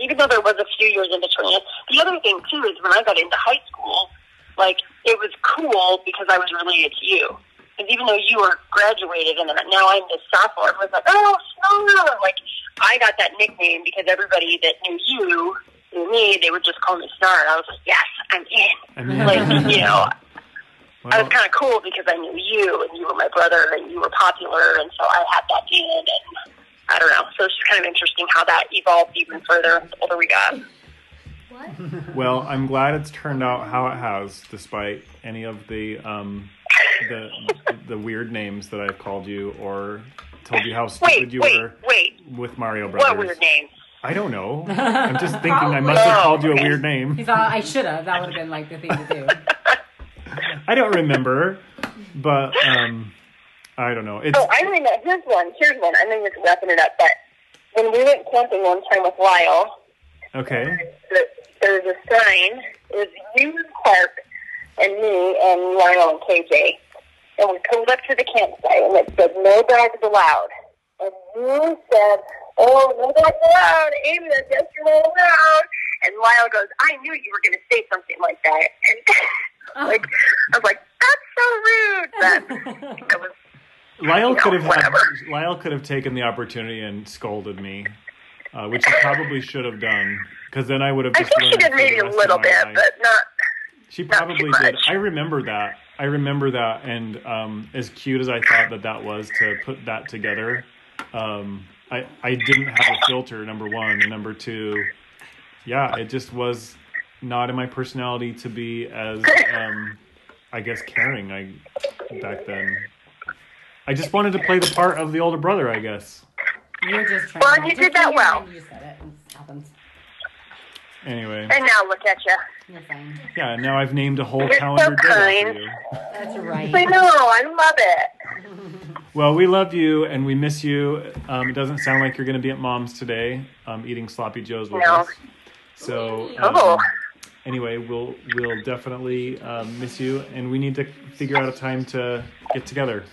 even though there was a few years in between it, the other thing too is when I got into high school, like it was cool because I was related to you, and even though you were graduated and then now I'm this sophomore, it was like, oh, Snow, like I got that nickname because everybody that knew you knew me, they would just call me Star, and I was like, yes, I'm in.
I mean,
Like you know, I
well,
was kind of cool because I knew you and you were my brother and you were popular, and so I had that in. And I don't know. So it's just kind of interesting how that evolved even further the older we got.
well, I'm glad it's turned out how it has, despite any of the um, the the weird names that I've called you or told you how stupid
Wait,
you
wait,
were
wait.
with Mario Brothers.
What weird name?
I don't know. I'm just thinking I must have called you a weird
He
name.
thought I should have. That would have been like the thing to do.
I don't remember, but um, I don't know. It's
oh, I remember. Here's one. Here's one. I know you're wrapping it up, but when we went camping one time with Lyle,
okay.
the, there was a sign. It was you, and Clark, and me, and Lionel and KJ. And we pulled up to the campsite, and it said, no dogs allowed. And you said, oh, no dogs allowed. Amy, that's just no allowed. And Lyle goes, I knew you were going to say something like that. And like, I was like, that's so rude. But it was
Lyle could have had, Lyle could have taken the opportunity and scolded me, uh, which he probably should have done. Because then I would have.
I
Just learned
think she did
for the
maybe a
rest of
little
my
bit,
life.
but not.
She probably did. I remember that. I remember that. And um, as cute as I thought that that was to put that together, um, I I didn't have a filter. Number one and number two, yeah, it just was not in my personality to be as um, I guess caring. I back then. I just wanted to play the part of the older brother. I guess.
You're just trying.
Well,
to-
you
just
did that
keep
well.
it in, You said it. and It happens.
Anyway,
And now look at you.
You're fine.
yeah. Now I've named a whole
You're so
calendar day after
kind.
you.
That's
I know. I love it.
Well, we love you and we miss you. Um, it doesn't sound like you're going to be at mom's today, um, eating sloppy joes with
No.
us. So, um,
Oh.
anyway, we'll we'll definitely um, miss you, and we need to figure out a time to get together.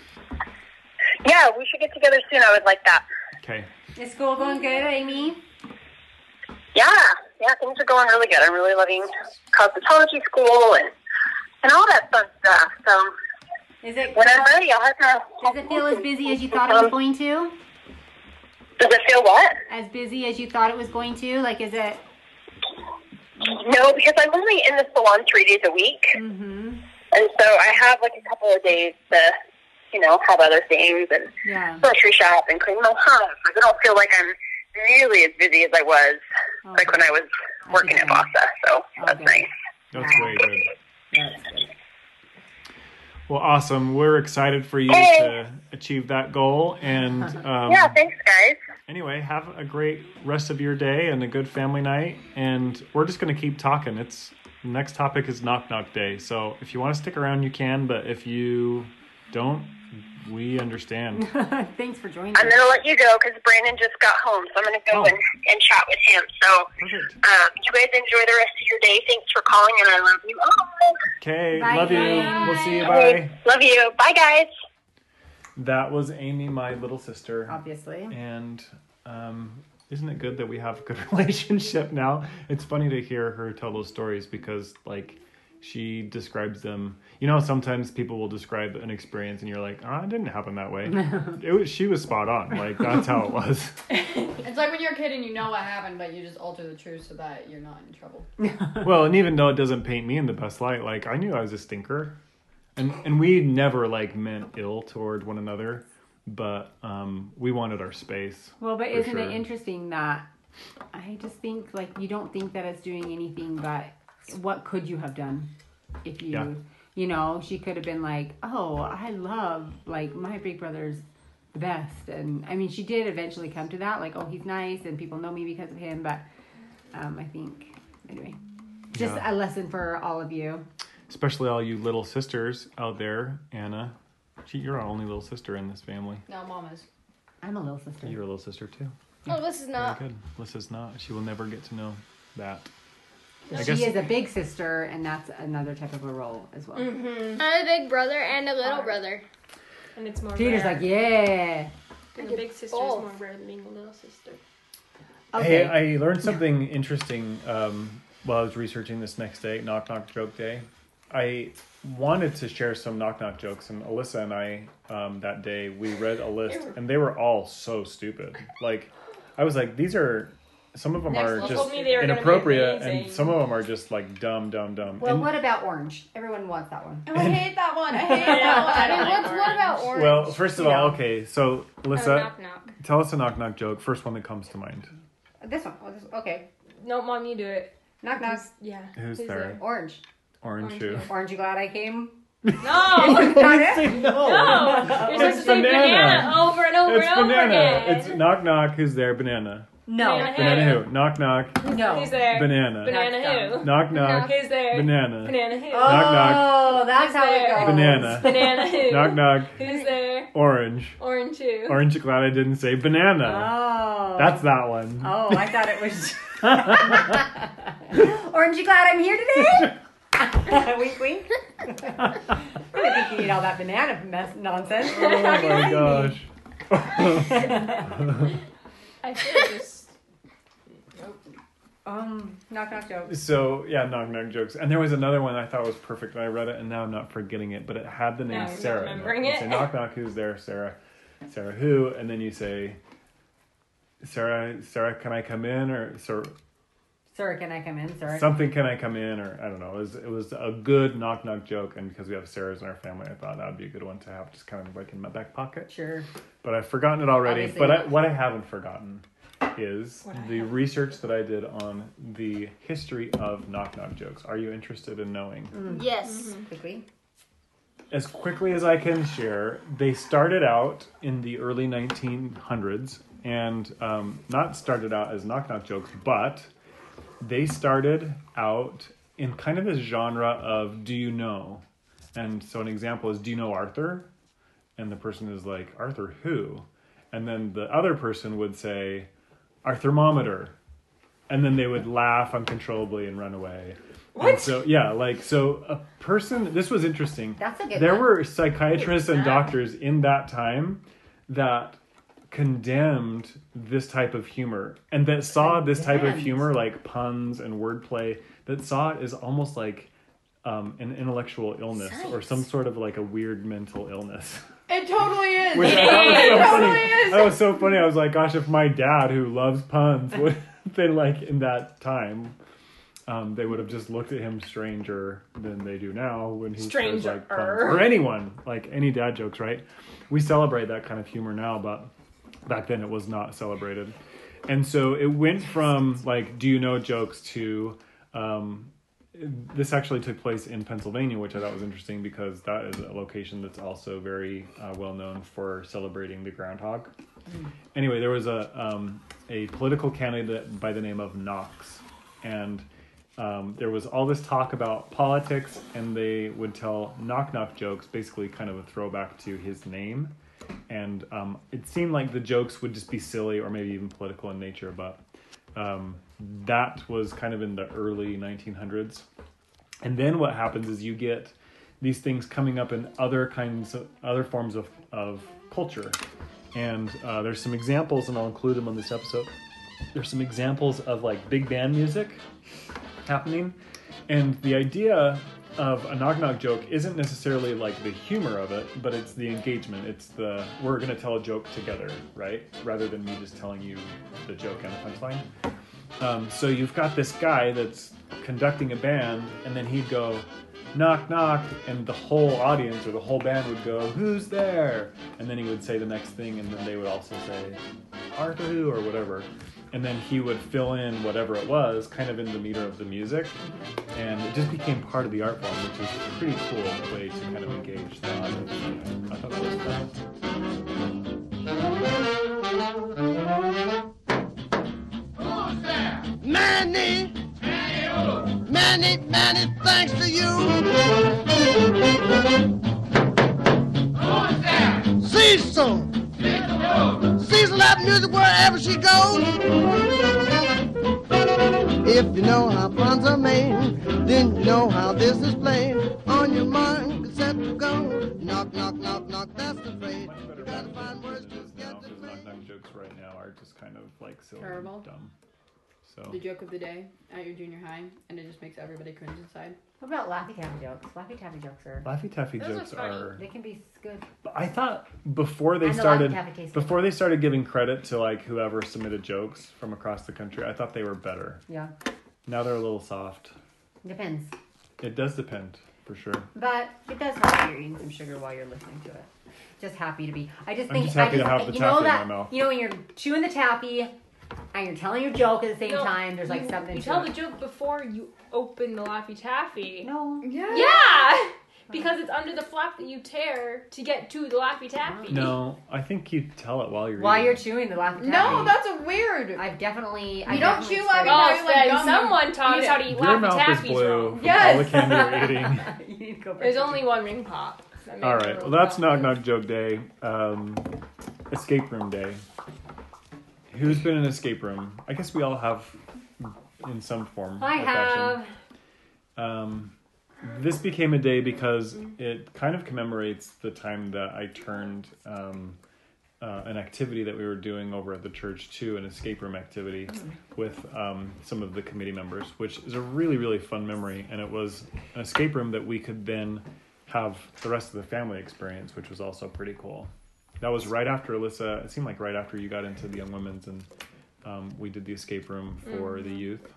Yeah, we should get together soon. I would like that.
Okay.
Is school going good, Amy?
Yeah, yeah, things are going really good. I'm really loving cosmetology school and and all that fun stuff. So
Is it?
when I'm ready, I'll have to.
Does it feel as busy as you thought
um,
it was going to?
Does it feel what?
As busy as you thought it was going to? Like, is it?
No, because I'm only in the salon three days a week,
Mm-hmm.
and so I have like a couple of days to, you know, have other things and
Yeah.
grocery shop and clean my house. Like, I don't feel like I'm nearly as busy as I was
Oh.
like when I was working at Vasa. So that's nice.
That's way good. Well, awesome. We're excited for you
Hey.
to achieve that goal. And um,
yeah, thanks, guys.
anyway, have a great rest of your day and a good family night. And we're just going to keep talking. It's next topic is knock knock day. So if you want to stick around, you can. But if you don't, we understand.
Thanks for joining.
I'm gonna let you go because Brandon just got home, so I'm gonna
Oh.
go and, and chat with him. So, um, you guys enjoy the rest of your day. Thanks for calling, and I love you. all.
Okay,
Bye,
love you.
guys.
We'll see you.
Okay,
Bye.
Love you. Bye, guys.
That was Amy, my little sister.
Obviously.
And um, isn't it good that we have a good relationship now? It's funny to hear her tell those stories because, like, she describes them. You know, sometimes people will describe an experience and you're like, oh, it didn't happen that way. it was, she was spot on. Like, that's how it was.
It's like when you're a kid and you know what happened, but you just alter the truth so that you're not in trouble.
well, and even though it doesn't paint me in the best light, like, I knew I was a stinker. And, and we never, like, meant ill toward one another, but um, we wanted our space.
Well, but
for
isn't
sure.
it interesting that I just think like you don't think that it's doing anything, but what could you have done if you,
Yeah.
you know, she could have been like, oh, I love like my big brother's the best, and I mean, she did eventually come to that, like, oh, he's nice, and people know me because of him, but um, I think anyway, just a
Yeah.
lesson for all of you.
especially all you little sisters out there, Anna. She, you're our only little sister in this family.
No, mama's.
I'm a little sister.
You're a little sister too.
Oh, this is
Very
not.
good. Lissa's not. She will never get to know that. I
she
guess-
is a big sister, and that's another type of a role as well.
I have a big brother and a little brother.
And it's more
Peter's
rare.
like, yeah.
And the big sister is
Oh.
both.
more rare than being a little sister.
Hey, I learned something interesting um, while I was researching this next day, knock knock joke day. I wanted to share some knock knock jokes, and Alyssa and I um, that day we read a list, and they were all so stupid. Like, I was like, these are some of them
Next
are
level.
just
Told me they were gonna be
inappropriate, and
amazing.
some of them are just like dumb, dumb, dumb.
Well,
And-
what about orange? Everyone wants that one.
Oh, I hate that one. I hate that one.
I don't like
what's- what about orange?
Well, first of
You
all,
know.
okay, so
Oh,
Alyssa,
knock, knock.
tell us a knock knock joke. First one that comes to mind.
This one. Oh, this- okay.
No, mom, you do it.
Knock knock.
Yeah.
Who's there?
Orange.
Orange shoe.
Orange, you glad I came?
No.
No.
You're supposed to say banana over and over
it's
and over
banana.
again.
It's knock knock. Who's there? Banana.
No.
Banana
Banana who? Knock knock.
No.
Who's there?
Banana.
Banana who?
Knock, knock.
Who's there?
Banana.
Banana who?
Knock, knock.
Oh, that's how it goes.
Banana.
Banana who?
knock knock.
Who's there?
Orange.
Orange who?
Orange. you Glad I didn't say banana.
Oh.
That's that one.
Oh, I thought it was. Orange, you glad I'm here today? wink, wink. I didn't think you need all that banana mess nonsense.
Oh my gosh.
I should have just.
Um, knock knock joke.
So yeah, knock knock jokes. And there was another one I thought was perfect, and I read it, and now I'm not forgetting it. But it had the name
Now you're
Sarah. in it.
remembering
You
it.
Say knock knock, who's there? Sarah, Sarah who? And then you say, Sarah, Sarah, can I come in? Or Sarah,
Sir, can I come in? Sir.
something, can I come in? Or I don't know. It was, it was a good knock knock joke, and because we have Sarahs in our family, I thought that would be a good one to have, just kind of like in my back pocket.
Sure.
But I've forgotten it already.
Obviously
but I,
not.
what I haven't forgotten is the research that I did on the history of knock knock jokes. Are you interested in knowing?
Yes.
Quickly.
As quickly as I can share, they started out in the early 1900s and um, not started out as knock knock jokes, but they started out in kind of this genre of do you know? And so an example is do you know Arthur? And the person is like, Arthur who? And then the other person would say, our thermometer. And then they would laugh uncontrollably and run away. What? so yeah, like so a person this was interesting.
That's a good
There
one.
were psychiatrists and doctors in that time that condemned this type of humor and that saw this type of
Condemned.
humor like puns and wordplay that saw it as almost like um, an intellectual illness or some sort of like a weird mental illness.
It totally is.
Which I thought was so
It
funny.
totally is.
That was so funny. I was like, gosh, if my dad, who loves puns, would have been like in that time, um, they would have just looked at him stranger than they do now when he says, like puns.
Stranger.
or anyone like any dad jokes, right? We celebrate that kind of humor now, but back then it was not celebrated, and so it went from like do you know jokes to um, this actually took place in Pennsylvania, which I thought was interesting because that is a location that's also very uh, well known for celebrating the groundhog. Anyway, there was a um, a political candidate by the name of Knox, and um, there was all this talk about politics, and they would tell knock knock jokes, basically kind of a throwback to his name, and um, it seemed like the jokes would just be silly or maybe even political in nature, but um, that was kind of in the early 1900s. And then what happens is you get these things coming up in other kinds of other forms of, of culture. And uh, there's some examples, and I'll include them on this episode. There's some examples of like big band music happening. And the idea of a knock knock joke isn't necessarily like the humor of it, but it's the engagement. It's the we're going to tell a joke together, right? Rather than me just telling you the joke and the punchline. Um, so you've got this guy that's conducting a band, and then he'd go, knock, knock, and the whole audience or the whole band would go, who's there? And then he would say the next thing, and then they would also say, Arthur who, or whatever. And then he would fill in whatever it was, kind of in the meter of the music. And it just became part of the art form, which is a pretty cool way to kind of engage the audience. I thought that was fun.
Manny! Manny many, many thanks to you. Who's there? Cecil. Cecil have music wherever she goes. If you know how funds are made, then you know how this is played. On your mind, it's set to go. Knock, knock, knock, knock, that's the phrase. You gotta find words to get the
Knock knock jokes right now are just kind of like silly, and
Terrible.
dumb. So
The joke of the day at your junior high, and it just makes everybody cringe inside.
What about Laffy Taffy jokes? Laffy Taffy jokes are.
Laffy Taffy Those are jokes funny. are-
They can be good.
I thought before they
And the
started
Laffy Taffy tastes good.
before they started giving credit to like whoever submitted jokes from across the country, I thought they were better.
Yeah.
Now they're a little soft.
Depends.
It does depend for sure.
But it does help if you're eating some sugar while you're listening to it. Just happy to be. I just
I'm
think
just happy
I
to have the
you
taffy
know
in
that
my mouth.
you know when you're chewing the taffy and you're telling your joke at the same
No,
time. There's like
you-
something.
You
to
tell
it.
the joke before you open the Laffy Taffy.
No.
Yeah. Because it's under the flap that you tear to get to the Oh, Laffy Taffy.
No, I think you tell it while you're
while
eating.
you're chewing the Laffy Taffy.
No,
that's a weird. I've definitely.
You
I've
don't
definitely
chew
started-
every time you, like, Oh, then gum, you someone taught eat us it. how to eat
Your mouth is blue from all the candy you're eating.
you need to go
There's only one ring pop. so maybe
all
a
right,
little
well that's
bit.
knock knock joke day. Um, escape room day. Who's been in escape room? I guess we all have, in some form.
I
or fashion.
have.
Um, this became a day because it kind of commemorates the time that I turned um, uh, an activity that we were doing over at the church to an escape room activity with um, some of the committee members, which is a really, really fun memory. And it was an escape room that we could then have the rest of the family experience, which was also pretty cool. That was right after Alyssa, it seemed like right after you got into the Young Women's, and um, we did the escape room for the youth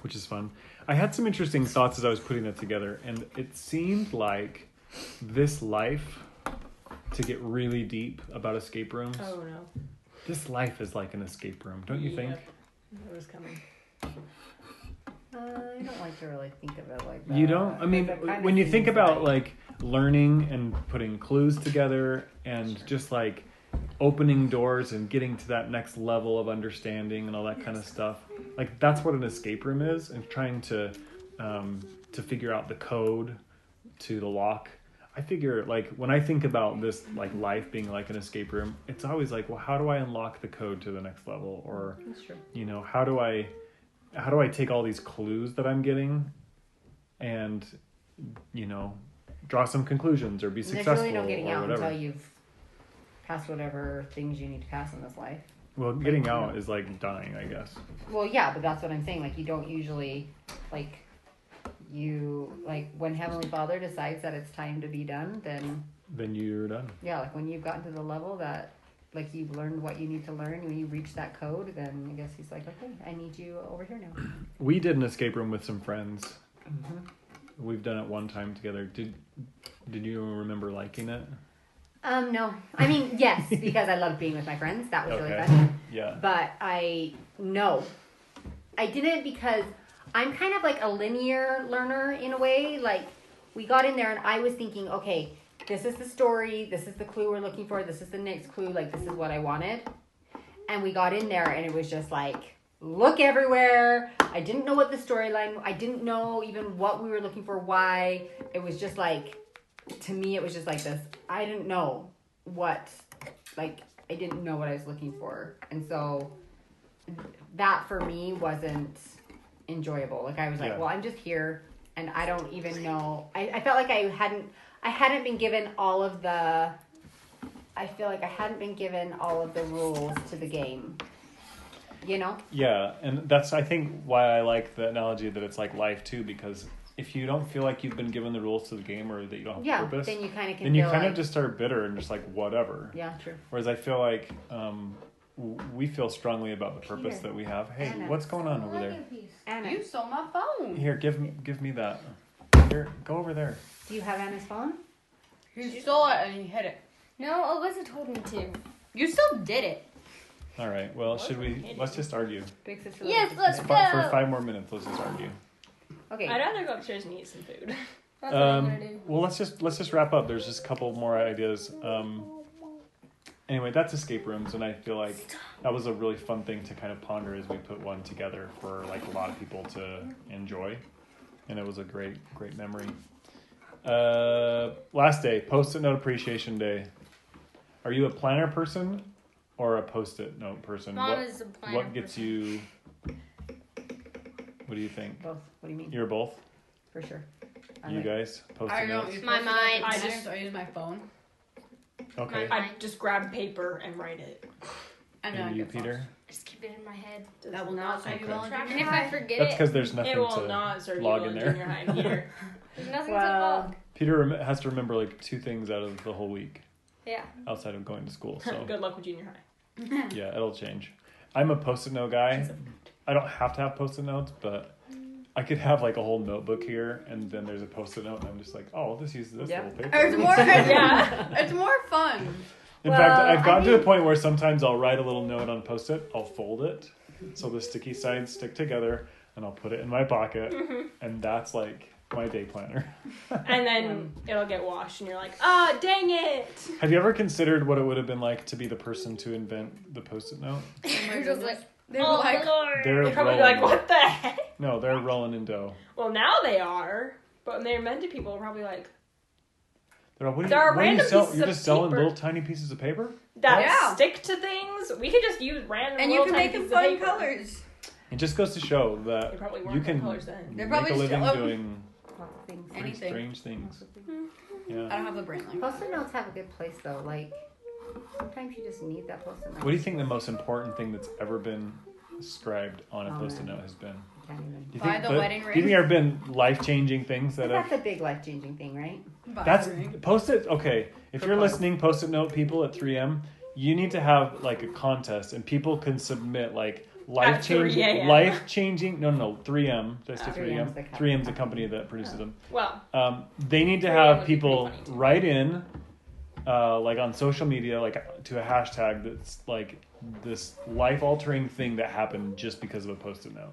which is fun. I had some interesting thoughts as I was putting that together, and it seemed like this life, to get really deep about escape rooms,
Oh no.
this life is like an escape room, don't you think?
It was coming.
Uh, I don't like to really think of it like uh, that.
You don't? I mean,
That kinda
when you
seems
think about like learning and putting clues together and just like opening doors and getting to that next level of understanding and all that kind of stuff, like that's what an escape room is and trying to um, to figure out the code to the lock. I figure like when I think about this like life being like an escape room, it's always like, well, how do I unlock the code to the next level or
That's true.
you know how do i how do i take all these clues that i'm getting and you know draw some conclusions or be
There's
successful
really no getting
or
out
whatever
until you've passed whatever things you need to pass in this life.
well getting out is like dying i guess
Well, yeah, but that's what I'm saying. Like, you don't usually, like, you, like, when Heavenly Father decides that it's time to be done, then,
then you're done
yeah, like, when you've gotten to the level that, like, you've learned what you need to learn, when you reach that code, then I guess He's like, okay, I need you over here now.
we did an escape room with some friends we've done it one time together did did you remember liking it
Um, no. I mean, yes, because I loved being with my friends. That was really
Okay.
fun.
Yeah.
But I, no. I didn't because I'm kind of like a linear learner in a way. Like, we got in there and I was thinking, okay, this is the story, this is the clue we're looking for, this is the next clue, like, this is what I wanted. And we got in there and it was just like, look everywhere. I didn't know what the storyline, I didn't know even what we were looking for, why. It was just like, to me it was just like this i didn't know what like i didn't know what i was looking for and so that for me wasn't enjoyable like i was like
Yeah.
well i'm just here and i don't even know I, I felt like i hadn't i hadn't been given all of the i feel like i hadn't been given all of the rules to the game you know
Yeah, and that's I think why I like the analogy that it's like life too, because if you don't feel like you've been given the rules to the game or that you don't have
Yeah,
purpose,
then you kinda can
then you
feel
kind
like-
of just are bitter and just like whatever.
yeah true
Whereas I feel like um, w- we feel strongly about the purpose
Peter.
that we have. Hey,
Anna.
what's going on over there?
Anna.
You stole my phone.
Here, give me give me that. Here, go over there.
do you have anna's phone
He stole it and he hid it.
No, Alyssa told me to.
You still did it.
All right. Well, should we? Let's just argue.
big sister
Yes,
It's
let's
fi-
go.
for five more minutes. Let's just argue.
okay
I'd rather go upstairs and eat some food.
Um, well, let's just let's just wrap up. There's just a couple more ideas. Um, anyway, that's escape rooms, and I feel like that was a really fun thing to kind of ponder as we put one together for like a lot of people to enjoy. and it was a great, great memory. Uh, last day, Post-it Note Appreciation Day. Are you a planner person or a Post-it Note person?
Mom
what,
is a planner
What gets you? What do you think?
Both. What do you mean?
You're both.
For sure. I
You
like-
guys,
I
Post-it
don't
Notes.
use
My
Post-it notes
mind.
as planners, I use my phone.
Okay.
I just grab paper and write it.
I
And you, Peter.
Just keep it in my head.
That will not serve you well in
Okay.
junior
And if I
high.
forget
That's
it,
because there's nothing
it will
to
not serve you
log
well
in
in
there.
junior high in here. there's nothing
Well-
to log.
Peter rem- has to remember like two things out of the whole week
Yeah. Oh
outside of going to school. So
Good luck with junior high.
yeah, it'll change. I'm a post-it note guy. I don't have to have post-it notes, but I could have like a whole notebook here, and then there's a post-it note, and I'm just like, oh, I'll just use this
Yeah.
little paper.
It's more, yeah. it's more fun.
In
Well,
fact, I've
I
gotten to the
mean-
point where sometimes I'll write a little note on post-it, I'll fold it, so the sticky sides stick together, and I'll put it in my pocket, and that's like my day planner.
And then
Um.
it'll get washed, and you're like, ah, dang it.
Have you ever considered what it would have been like to be the person to invent the post-it note?
You're just like,
They were
oh,
like,
my lord.
They're
They're probably
rolling.
like, what the heck?
No, they're rolling in dough.
Well, now they are, but when they're meant to people, are probably like,
They're like, what do you,
There are
what do you
random
sell?
pieces
You're
of
just selling
paper.
little tiny pieces of paper
that
Yeah.
stick to things. We could just use random.
and you
little
can
tiny
make them
pieces of
fun
paper.
colors.
It just goes to show
They
that
probably weren't
you
fun
can
colors then.
They're
make
probably
a living
still-
doing
Lots of things.
pretty
Anything. Mm-hmm.
strange things. Yeah.
I don't have the brain like
Post-it notes have a good place though. Like sometimes you just need that post-it note.
What do you think the most important thing that's ever been scribed on a
Oh,
post-it
man.
note has been?
You can't even-
Do you
Buy
think
the wedding
Do you
ring.
think there have been life-changing things that
That's
have?
a big life-changing thing, right?
that.
That's
Bothering.
post-it. Okay, if you're listening, post-it note people at 3M, you need to have like a contest, and people can submit like life-changing,
3AM.
life-changing. No, no, no. 3M. Did I say
3M 's
3M?
the company.
3M's a company that produces them.
Well,
um, they need to
Yeah,
have
that'd be
people
pretty funny.
write in uh, like on social media like to a hashtag that's like this life altering thing that happened just because of a post-it note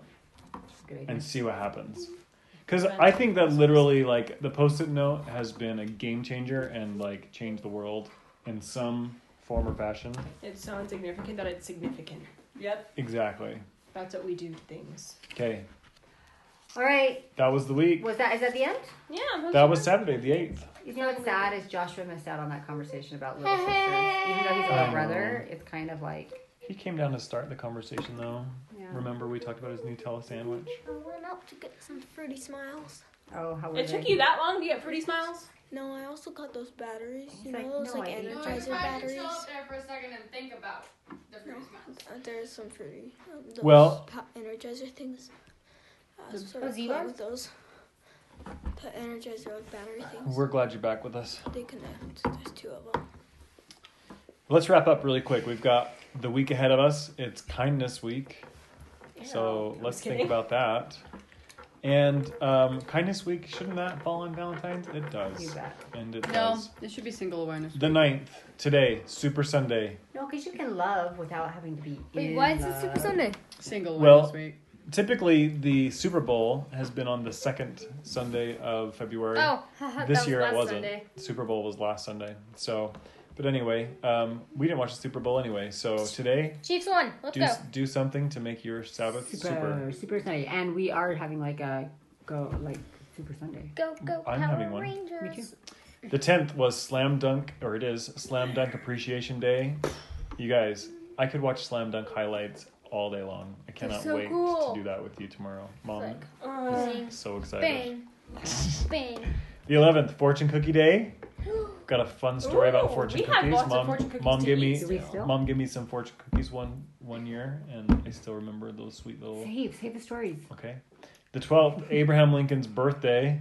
Good idea.
and see what happens because i think that literally like the post-it note has been a game changer and like changed the world in some form or fashion
it's so insignificant that it's significant. Yep,
exactly
that's what we do to things.
okay
All right.
that was the week
Was that is that the end?
Yeah,
that was saturday the 8th
You know what's sad is Joshua missed out on that conversation about little sisters. Even though he's a little brother, it's kind of like
he came down to start the conversation though
yeah.
remember we talked about his Nutella sandwich
I went up to get some fruity smiles.
Oh, how was
It took you that long to get pretty smiles.
No, I also got those batteries. You
He's like,
know, those
"No,
like
I ate
No,
Energizer
I
energizer
tried to chill
batteries.
up there for a second and think about the fruit smiles.
Uh, There's some fruity. Um, those
Well-
pa- energizer things. Uh, I was
Those-
sort of
those
playing
Evos?
with those. The energizer like battery things.
we're glad you're back with us
They connect. There's two of them.
Let's wrap up really quick. We've got the week ahead of us. It's kindness week. So
I'm
let's
just
think
kidding.
about that. And um, kindness week, shouldn't that fall on Valentine's? It
You
does.
bet.
And it
No,
does.
it should be single awareness.
The 9th, today, Super Sunday.
No, because you can love without having to be.
Wait,
in
why is it Super
love.
Sunday?
Single
Well-
awareness week.
Typically, the Super Bowl has been on the second Sunday of February.
Oh,
this
that
year
was last
it wasn't.
Sunday.
Super Bowl was last Sunday. So, but anyway, um, we didn't watch the Super Bowl anyway. So today,
Chiefs won. Let's
do,
go.
do something to make your Sabbath super.
Super, super Sunday, and we are having like a go like Super Sunday.
Go, go,
I'm
Power
having one.
Rangers.
Me too.
The tenth was Slam Dunk, or it is Slam Dunk Appreciation Day. You guys, I could watch Slam Dunk highlights all day long. I cannot
so
wait
cool.
to do that with you tomorrow, Mom.
Like,
Uh,
Bang,
so excited.
bang, bang.
The eleventh, Fortune Cookie Day. Got a fun story about
Ooh,
fortune
we had
cookies.
lots of
mom,
fortune cookies
mom
to
gave me,
eat
Do we still?
mom gave me some fortune cookies one one year, and I still remember those sweet little.
Save, save the stories,
Okay. The twelfth, Abraham Lincoln's birthday.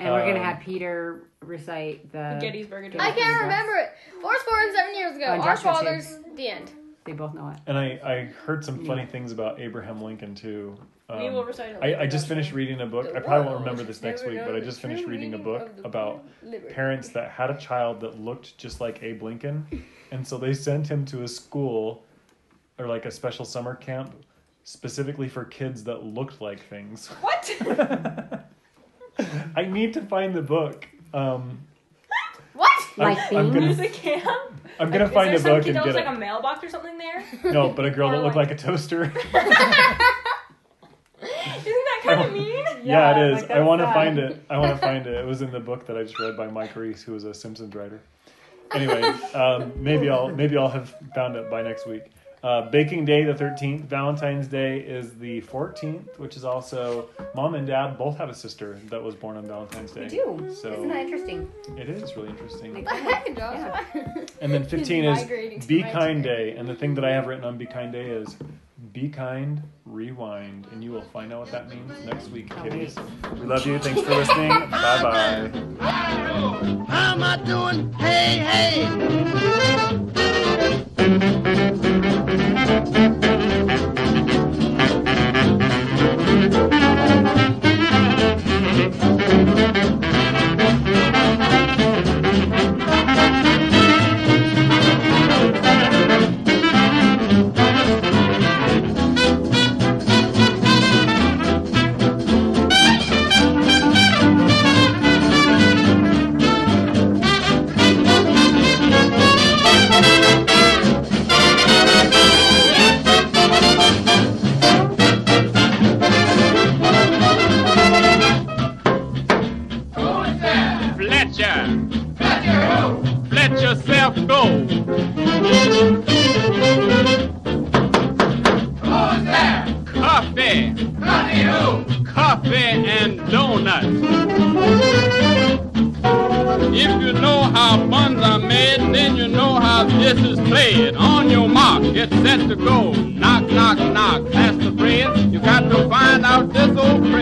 and we're gonna
Um,
have Peter recite
Um,
the.
Gettysburg Address.
I
There we
can't
go.
remember it. Ours four and seven years ago.
On
Our
Joshua
fathers. The end.
They both know it.
And I, I heard some funny
Yeah.
things about Abraham Lincoln too.
we
Um,
will recite it.
I,
later,
I just
Joshua.
finished reading a book. I probably won't remember this next week, but I just finished reading a book about parents that had a child that looked just like Abe Lincoln. And so they sent him to a school or like a special summer camp specifically for kids that looked like things.
What?
I need to find the book. Um,
What?
Like
I'm, I'm
things?
There's
gonna,
a camp.
I'm gonna find a
Is there some
book
kid
and
that
get
looks like a
it.
mailbox or something there?
No, but a girl
or
that looked
like-
like a toaster.
Isn't that kind of mean?
Yeah,
Yeah, it is.
like
I want to
that's
find
sad.
it. I want to find it. It was in the book that I just read by Mike Reese, who was a Simpsons writer. Anyway, um, maybe I'll maybe I'll have found it by next week. Uh, Baking Day, the thirteenth. Valentine's Day is the fourteenth, which is also mom and dad both have a sister that was born on Valentine's Day.
We do.
So
Isn't that interesting?
It is really interesting.
Yeah.
And then
He's
15 is
migrating to
Be
my
Kind Day. And the thing that I have written on Be Kind Day is Be Kind, Rewind. And you will find out what that means next week, kiddies. We love you. Thanks for listening. Bye bye.
How am I doing? Hey, hey.
Fletcher. Fletcher who? Let yourself go. Who's there? Coffee. Coffee who? Coffee and donuts. If you know how buns are made, then you know how this is played. On your mark, get set to go. Knock, knock, knock. That's the phrase. You got to find out this old phrase.